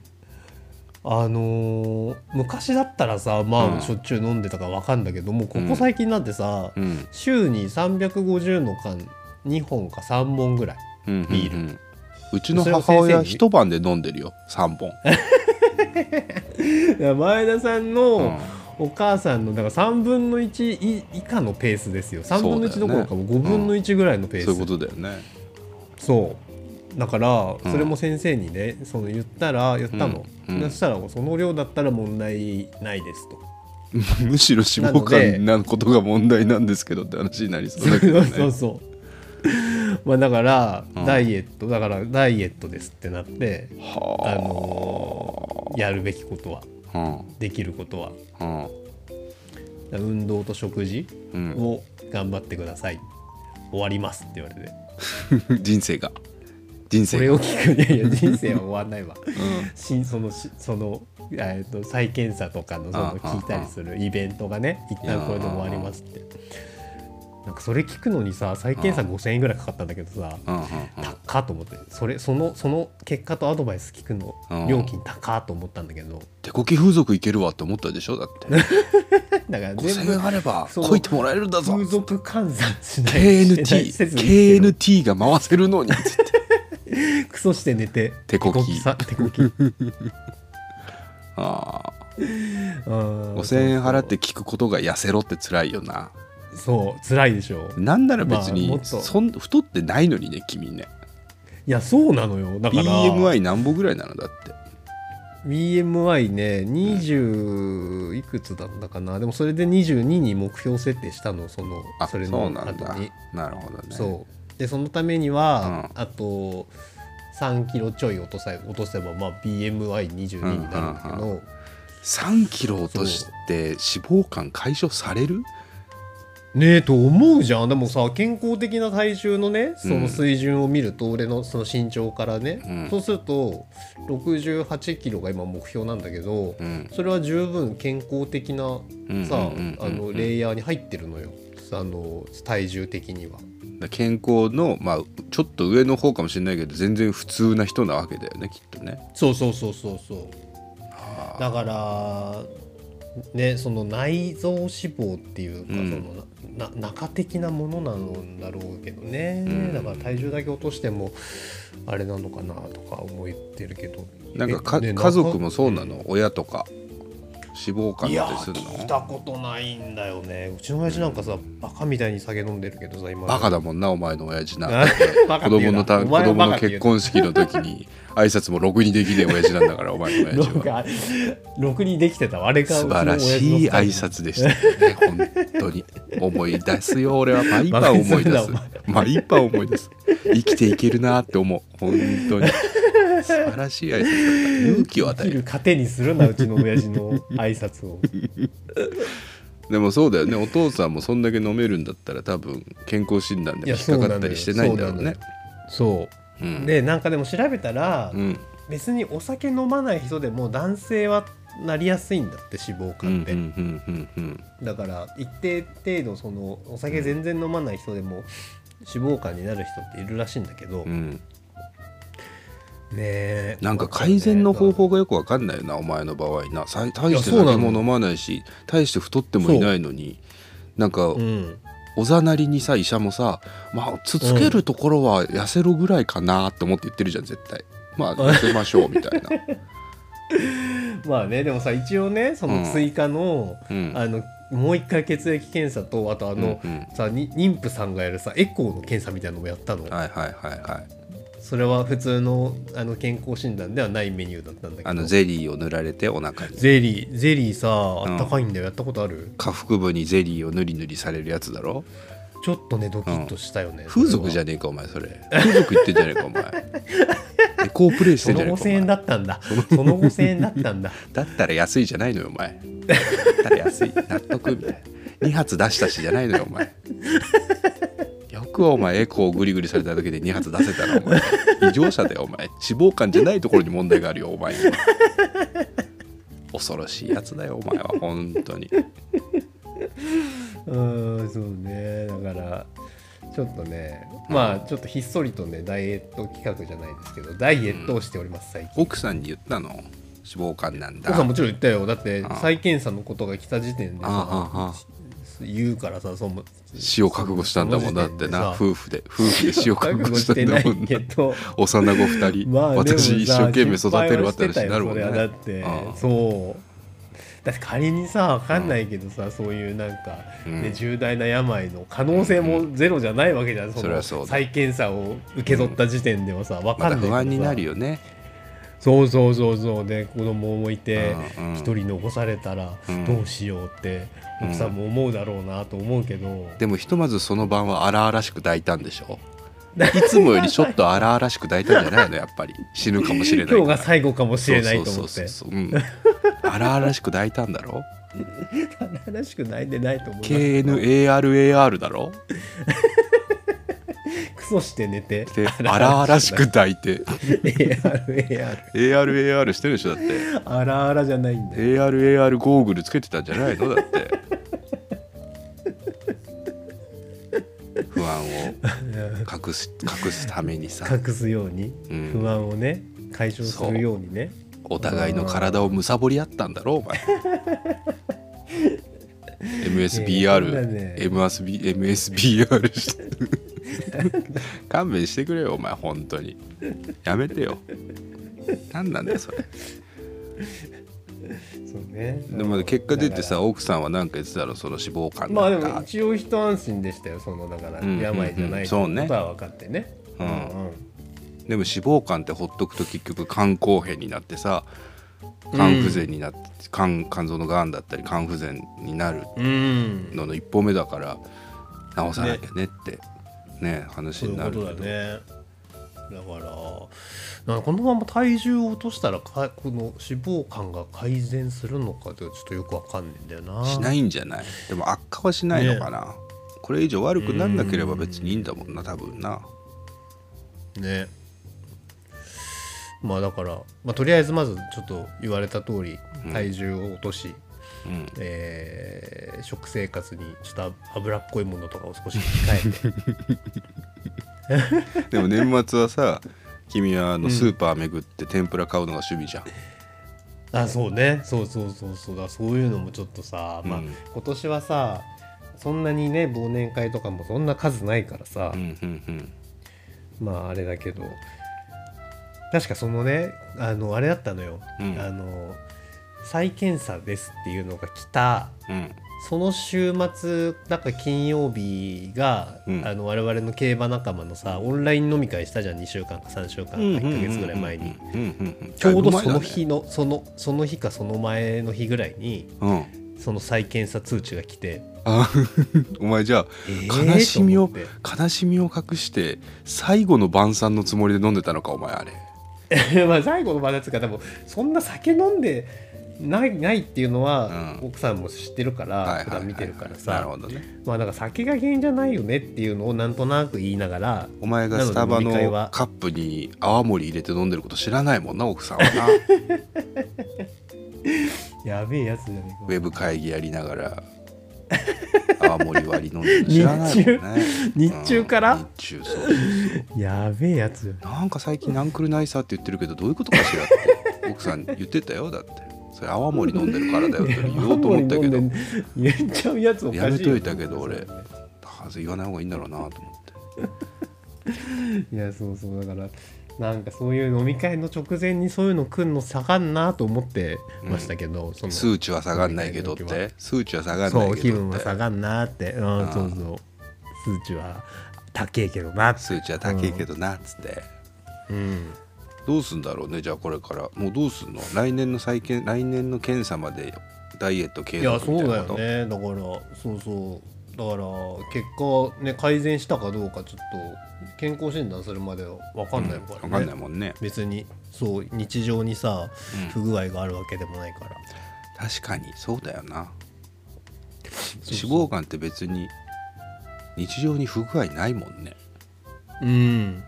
S2: あのー昔だったらさま
S1: うん
S2: あしょっちゅう飲んでたからわかんだけどもうこ
S1: う
S2: こ
S1: ん
S2: 最近なんてさ、
S1: うん
S2: 週に350の缶2本か3本ぐらい
S1: うん
S2: ビール
S1: うんうんうちの母親一晩で飲んでるよ3本、
S2: いや前田さん
S1: うん
S2: のお母さんのだから3分の1以下のペースですよ3分の1
S1: そうだよ
S2: ど
S1: ね
S2: ころかもう5分の1ぐらいのペース、
S1: そういうことだよね
S2: そうだから
S1: うん
S2: それも先生にね、その言ったら言ったの、
S1: うんうん
S2: そしたらその量だったら問題ないですと
S1: むしろ脂肪肝なことが問題なんですけどって話になりそうだけ
S2: そ
S1: ど
S2: う
S1: ね
S2: そうそうまあだから
S1: うん
S2: ダイエットだからダイエットですってなってあ
S1: は
S2: のーやるべきことは
S1: あ、は
S2: できることは
S1: あは
S2: 運動と食事
S1: あうん
S2: を頑張ってください終わりますって言われて
S1: 人生が人
S2: そ
S1: 生
S2: れ
S1: が
S2: を聞くいやいや人生は終わんないわ
S1: うん
S2: しそのしそのえっと再検査とかのそ
S1: あ
S2: の
S1: あ
S2: 聞いたりするイベントがね一旦これで終わりますってなんかそれ聞くのにさ再検査5000円ぐらいかかったんだけどさ
S1: うんうんうん
S2: 高っと思ってそれそのその結果とアドバイス聞くの
S1: うん
S2: 料金高っと思ったんだけど
S1: 手こき風俗いけるわって思ったでしょだって
S2: だから全
S1: 5000
S2: 部
S1: 円あれば
S2: その
S1: こいてもらえるんだぞ
S2: 風俗換算しないせずにしてる
S1: KNTKNT が回せるのに
S2: クソして寝て
S1: 手こき
S2: さ手 こき
S1: ああ5000
S2: 5000
S1: 円払って聞くことが痩せろって辛いよな
S2: そう辛いでしょ
S1: なんなら別に、
S2: まあもっと
S1: そん太ってないのにね君ね
S2: いやそうなのよだから
S1: BMI 何歩ぐらいなのだって
S2: BMI ね20いくつだったかな、でもそれで22に目標設定したのその
S1: あ
S2: そ
S1: そ
S2: れ
S1: う
S2: の
S1: なん
S2: 後
S1: だ
S2: に
S1: なるほどね
S2: そう,、でそのためには、
S1: う
S2: あと3キロちょい落とさ落とせば、まあ、BMI22 になるんだけど、
S1: うん3キロ落として脂肪肝解消される
S2: ねえと思うじゃんでもさ健康的な体重のねそ
S1: うん
S2: の水準を見ると、俺のその身長からね、
S1: うん
S2: そうすると68キロが今目標なんだけど、
S1: うん
S2: それは十分健康的な
S1: うん
S2: さ
S1: うん
S2: あ
S1: うんう
S2: の
S1: ん
S2: レイヤーに入ってるのよあの体重的には
S1: だから健康のまあちょっと上の方かもしれないけど全然普通な人なわけだよねきっとね
S2: そうそうそうそうそうだからねその内臓脂肪っていうか、そのなな中的なものなんだろうけどね、
S1: うん
S2: だから体重だけ落としてもあれなのかなとか思ってるけど
S1: なんかか
S2: えね
S1: 家族もそうなの親とか脂肪
S2: い
S1: 肝
S2: や
S1: だった
S2: ー
S1: りする
S2: 聞い
S1: の
S2: たことないんだよねうちの親父なんかさ、バカみたいに酒飲んでるけどさ今
S1: バカだもんなお前の親 父な
S2: バカ
S1: 子
S2: っ
S1: 供
S2: て言うな
S1: のた子
S2: お前は
S1: 供
S2: バカ
S1: の
S2: って言う
S1: 結
S2: な
S1: 婚式の時に挨拶もろくにできねえ親父なんだからお前の親
S2: なん
S1: 父は
S2: か、ろくにできてたわあれが
S1: 素晴らしい挨拶でしたよね本当に思い出すよ俺は毎晩思い出す
S2: バカに
S1: 毎晩思い出す生きていけるなって思う本当に素晴らしい挨拶だった勇気を与
S2: 生
S1: え
S2: き
S1: る
S2: る糧にするなうちの親父の挨 拶を
S1: でもそうだよねお父さんもそんだけ飲めるんだったら多分健康診断
S2: い
S1: で
S2: や
S1: も引っかかったりしてないんだろうね
S2: そう、
S1: うん
S2: でなんかでも調べたら、
S1: うん
S2: 別にお酒飲まない人でも男性はなりやすいんだって脂肪
S1: うん
S2: 肝って、
S1: うんうんうんうん
S2: だから一定程度そのお酒全然飲まない人でも脂肪肝になる人っているらしいんだけど、
S1: う
S2: ね
S1: ん
S2: え
S1: なんか改善の方法がよくわかんないよなお前の場合なさい大して
S2: いやそうな
S1: 酒
S2: の
S1: も飲まないし大して太ってもいないのになんか
S2: うん
S1: おざなりにさ医者もさまあつつけるところは痩せろぐらいかなって思って言ってるじゃん絶対まあ痩せましょうみたいな
S2: まあねでもさ一応ねその追加の、
S1: うん
S2: あのもう一回血液検査とあとあの、
S1: うんうん
S2: さに妊婦さんがやるさエコーの検査みたいなのもやったの
S1: はいはいはいはい
S2: それは普通のあの健康診断ではないメニューだったんだけど
S1: あのゼリーを塗られてお腹に
S2: ゼリーゼリーさ
S1: ん
S2: あったかいんだよ、やったことある
S1: 下腹部にゼリーを塗り塗りされるやつだろ
S2: ちょっとねドキッとしたよね、
S1: 風俗じゃ
S2: ん
S1: ねえかお前それ風俗言ってんじゃねえかお前エコープレイし
S2: そ
S1: てん
S2: の
S1: じゃねえかお前
S2: 5000円だったん だその5000円だったんだ
S1: だったら安いじゃないのよお前だったら安い納得みたいな2発出したしじゃないのよお前よくお前エコーをグリグリされただけで2発出せたなお前異常者だよお前脂肪肝じゃないところに問題があるよお前には恐ろしいやつだよお前は本当に
S2: うーんそうねだからちょっとねまあちょっとひっそりとねダイエット企画じゃないですけどダイエットをしております最近
S1: 奥さんに言ったの脂肪肝なんだ
S2: おさんもちろん言ったよだって
S1: ああ
S2: 再検査のことが来た時点で
S1: ああああああ
S2: さ言うからさそうも
S1: 死を覚悟したんだもんだってな
S2: その
S1: 夫婦で夫婦で死を覚
S2: 時
S1: 悟したん
S2: 点でさ覚悟してな
S1: だも
S2: い
S1: ん
S2: け
S1: な
S2: ど
S1: 幼子二人、
S2: まあでもさ
S1: 私一生懸命育てるわって
S2: 失敗はしてた
S1: 話
S2: よ
S1: になるもんね
S2: それはだって
S1: うん
S2: そうだって仮にさ分かんないけどさ、そういうなんか、
S1: うん
S2: ね、重大な病の可能性もゼロじゃないわけじゃん、そ
S1: それ
S2: の
S1: はそうだ
S2: 再検査を受け取った時点ではさ分
S1: まだ
S2: かんないけどさ、
S1: 不安になるよね。
S2: そうそうそうそうで子供もいて
S1: うんうん
S2: 一、人残されたら
S1: うん
S2: どうしようって奥さんも思うだろうなと思うけど、
S1: でもひとまずその晩は荒々しく抱いたんでしょいつもよりちょっと荒々しく抱いたんじゃ ないのやっぱり死ぬかもしれない
S2: 今日が最後かもしれないと
S1: そ
S2: 思
S1: う
S2: って
S1: そうそうそう、うん、荒々しく抱いたんだろ
S2: 正しくないでないと思う
S1: KNARAR だろ
S2: クソして寝て
S1: で荒々しく抱いて
S2: ARAR
S1: ARAR してるでしょだって
S2: あらあらじゃないんだよ
S1: ARAR ゴーグルつけてたんじゃない のだって不安を隠す隠すためにさ
S2: 隠すように
S1: うん
S2: 不安をね解消するようにね
S1: お互いの体をむさぼり合ったんだろうお 前
S2: いやいやそんなね
S1: MSBR、MSB、MSBR して勘弁してくれよお前本当にやめてよ何なんだよそれ
S2: そうね
S1: でも結果出てさ奥さんは何か言ってたろその脂肪肝
S2: まあ
S1: だ
S2: で
S1: った、
S2: も一応一安心でしたよそのだから
S1: うん
S2: 病じゃないって
S1: そう
S2: こ
S1: ね
S2: とは分かってね
S1: うん
S2: うん
S1: でも脂肪肝ってほっとくと結局肝硬変になってさ肝不全になって、肝肝臓のがんだったり肝不全になる
S2: うん
S1: のの一歩目だから直さなきゃねってね話
S2: そうい
S1: に
S2: う
S1: な
S2: こ
S1: る
S2: とだねだからなんかこのまま体重を落としたらかこの脂肪肝が改善するのかってちょっとよくわかんねえんだよな
S1: しないんじゃないでも悪化はしないのかな、これ以上悪くなんなければ別にいいんだもんな多分な
S2: ねまあだから、まあ、とりあえずまずちょっと言われた通り体重を落とし、
S1: うん
S2: えー食生活にちょっと脂っこいものとかを少し控えて
S1: でも年末は さ君はあのスーパー巡って天ぷら買うのが趣味じゃん、
S2: あそうねそうそうそうそうだそういうのもちょっとさ、まあ
S1: うん
S2: 今年はさそんなにね忘年会とかもそんな数ないからさ、
S1: うん、うんうん
S2: まああれだけど確かそのねあのあれだったのよ、
S1: うん
S2: あの再検査ですっていうのが来た
S1: うん
S2: その週末なんか金曜日が、
S1: うん
S2: あの我々の競馬仲間のさオンライン飲み会したじゃん2週間か3週間か1か月ぐらい前に
S1: うんうんうんん
S2: ちょうどその日のそのその日かその前の日ぐらいに
S1: うん
S2: その再検査通知が来て
S1: あ お前じゃあ
S2: えー
S1: 悲しみを、
S2: と思って
S1: 悲しみを隠して最後の晩餐のつもりで飲んでたのかお前あれ
S2: まあ最後の場だつかでもそんな酒飲んでないないっていうのは、
S1: うん
S2: 奥さんも知ってるから、
S1: はいはいはい
S2: 普段見てるから
S1: なるほ
S2: さ
S1: どね
S2: まあなんか酒が原因じゃないよねっていうのをなんとなく言いながら
S1: お前がスタバの
S2: なので飲み会は
S1: カップに泡盛入れて飲んでること知らないもんな奥さんは な
S2: やべえやつじゃねえか
S1: ウェブ会議やりながら泡盛割り飲んでるの知らないもんね
S2: 日中日中から
S1: うん日中そうそうそう
S2: やべえやつ
S1: なんか最近ナンクルナイサーって言ってるけどどういうことかしらって奥さん言ってたよだってそれ泡盛飲んでるからだよって言おうと思ったけど
S2: 言っちゃうやつおかしいよ
S1: やめといたけど俺はず言わない方がいいんだろうなと思って
S2: いやそうそうだからなんかそういう飲み会の直前にそういうの来んの下がんなと思ってましたけど、その
S1: 数値は下がんないけどって数値は下がんない
S2: そ
S1: うけどって
S2: 気分は下がんなってうん
S1: ん
S2: そうそう数値は高えけどなって
S1: 数値は高いけどなっつって、
S2: うん
S1: どうすんだろうねじゃあこれからもうどうすんの来年の再検来年の検査までダイエット継
S2: いや
S1: 続
S2: そ
S1: み
S2: う
S1: たい
S2: だ
S1: な
S2: よ
S1: こと
S2: ねだからそうそうだから結果ね改善したかどうかちょっと健康診断するまでは分かんないから、ね
S1: 分かんないもんね
S2: 別にそう日常にさ不具合があるわけでもないから、
S1: 確かにそうだよな脂肪肝って別に日常に不具合ないもんね
S2: うん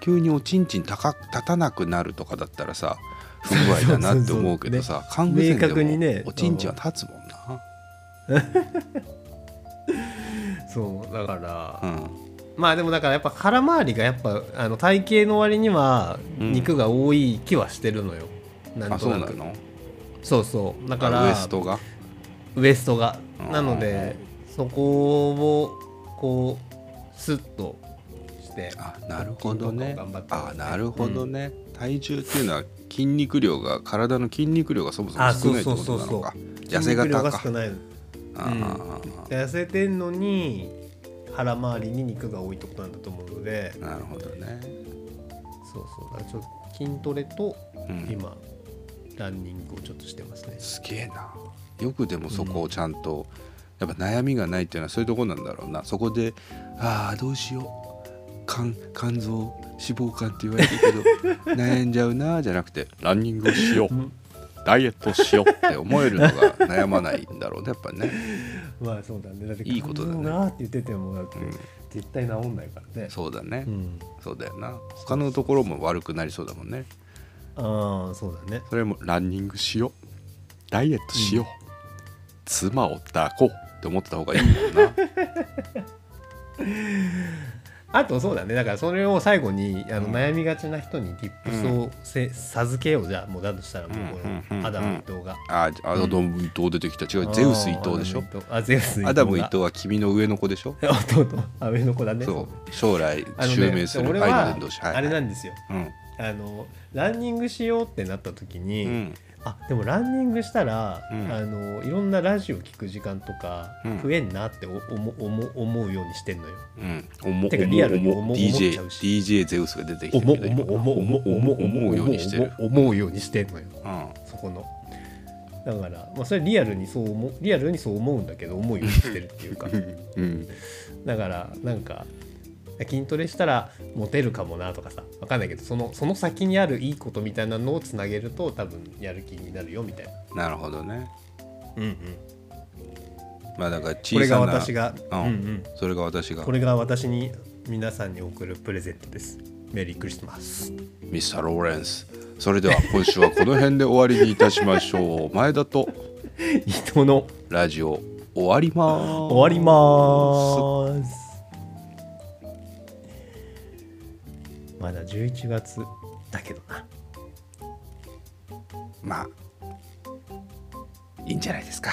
S1: 急におちんちん高く立たなくなるとかだったらさ不具合だなって思うけどさ
S2: うそう
S1: 肝不全
S2: 明確に
S1: で
S2: ね
S1: もおちんちんは立つもんな、
S2: そうだから、
S1: うん、
S2: まあでもだからやっぱ腹回りがやっぱあの体型の割には
S1: うん
S2: 肉が多い気はしてるのよ、な
S1: あ
S2: ん
S1: そ
S2: と
S1: う
S2: な
S1: な
S2: く
S1: の
S2: そうそうだから
S1: ウエストが
S2: ウエストが
S1: うん
S2: なのでそこをこうスッとして
S1: あなるほどね
S2: 筋トレとかも頑
S1: あ
S2: 張って
S1: なるほどね、体重っていうのは筋肉量が体の筋肉量がそもそも
S2: あ
S1: 少
S2: そう
S1: ないって
S2: そう
S1: こと
S2: そう
S1: な
S2: そ
S1: の
S2: う
S1: か痩せ
S2: 筋肉量
S1: 型
S2: が
S1: か
S2: 少ないの
S1: あー
S2: 痩せてんのに腹回りに肉が多いってことなんだと思うので
S1: なるほどね
S2: そうそうだからちょっ筋トレと
S1: うん、
S2: 今、ランニングをちょっとしてますね
S1: すげえなよくでもそこをちゃんと、やっぱ悩みがないっていうのはそういうとこなんだろうなそこで「ああどうしよう肝肝臓脂肪肝って言われてるけど 悩んじゃうな」じゃなくて「ランニングをしよう」「ダイエットしよう」って思えるの が悩まないんだろうねやっぱね。
S2: まあそうだねだって
S1: いいことだね
S2: 肝臓がーって言っててもだって
S1: うん
S2: 絶対治んないからね
S1: そうだね、
S2: ん
S1: そうだよな他のところも悪くなりそうだもんね
S2: ああそうだね
S1: それもランニングしようダイエットしよう、妻を抱こうって思ってた方がいいもんな
S2: あとそうだねだからそれを最後にあの
S1: うん
S2: 悩みがちな人に Tips をせ、授けようじゃあもうだとしたらもうこ
S1: うんうんうんう
S2: の
S1: ん
S2: アダム伊藤が、
S1: ああアダム伊藤出てきた違う、ゼウス伊藤でしょ
S2: あゼウス伊藤
S1: アダム伊藤は君の上の子でしょ
S2: あ弟あ上の子だね
S1: そう将来
S2: あのね
S1: 襲名する
S2: 俺
S1: 愛の
S2: は
S1: 伝道師
S2: あれな
S1: うん
S2: んですよ
S1: うん
S2: あのランニングしようってなった時に、
S1: うん
S2: あでもランニングしたら、
S1: うん
S2: あのいろんなラジオ聞く時間とか
S1: うん
S2: 増えんなってお思思思うようにしてんのよ。
S1: うん、重
S2: てかリアルに
S1: 重重
S2: 重重っちゃ
S1: DJ,
S2: うし
S1: DJ ゼウスが出てきて
S2: 思う
S1: るけど
S2: 思う思う思う思う
S1: 思うようにしてる、
S2: 思うようにしてんのよ
S1: うん、
S2: そこの。だから、まあ、それリアルにそう思うリアルにそう思うんだけど思うようにしてるっていうか
S1: うん
S2: だからなんか筋トレしたらモテるかもなとかさわかんないけどそのその先にあるいいことみたいなのをつなげると多分やる気になるよみたいな。
S1: なるほどね
S2: うんうん、
S1: まあだから
S2: こ
S1: 小
S2: れが
S1: さな
S2: 私が、
S1: う
S2: うんんうん、
S1: それが私が
S2: これが私に皆さんに送るプレゼントです。メリークリスマス。
S1: ミスターローレンスそれでは今週はこの辺で終わりにいたしましょう 前田と
S2: 伊藤の
S1: ラジオ終わりま
S2: 終わりまーす。まだ11月だけどな。
S1: すまあいいんじゃないですか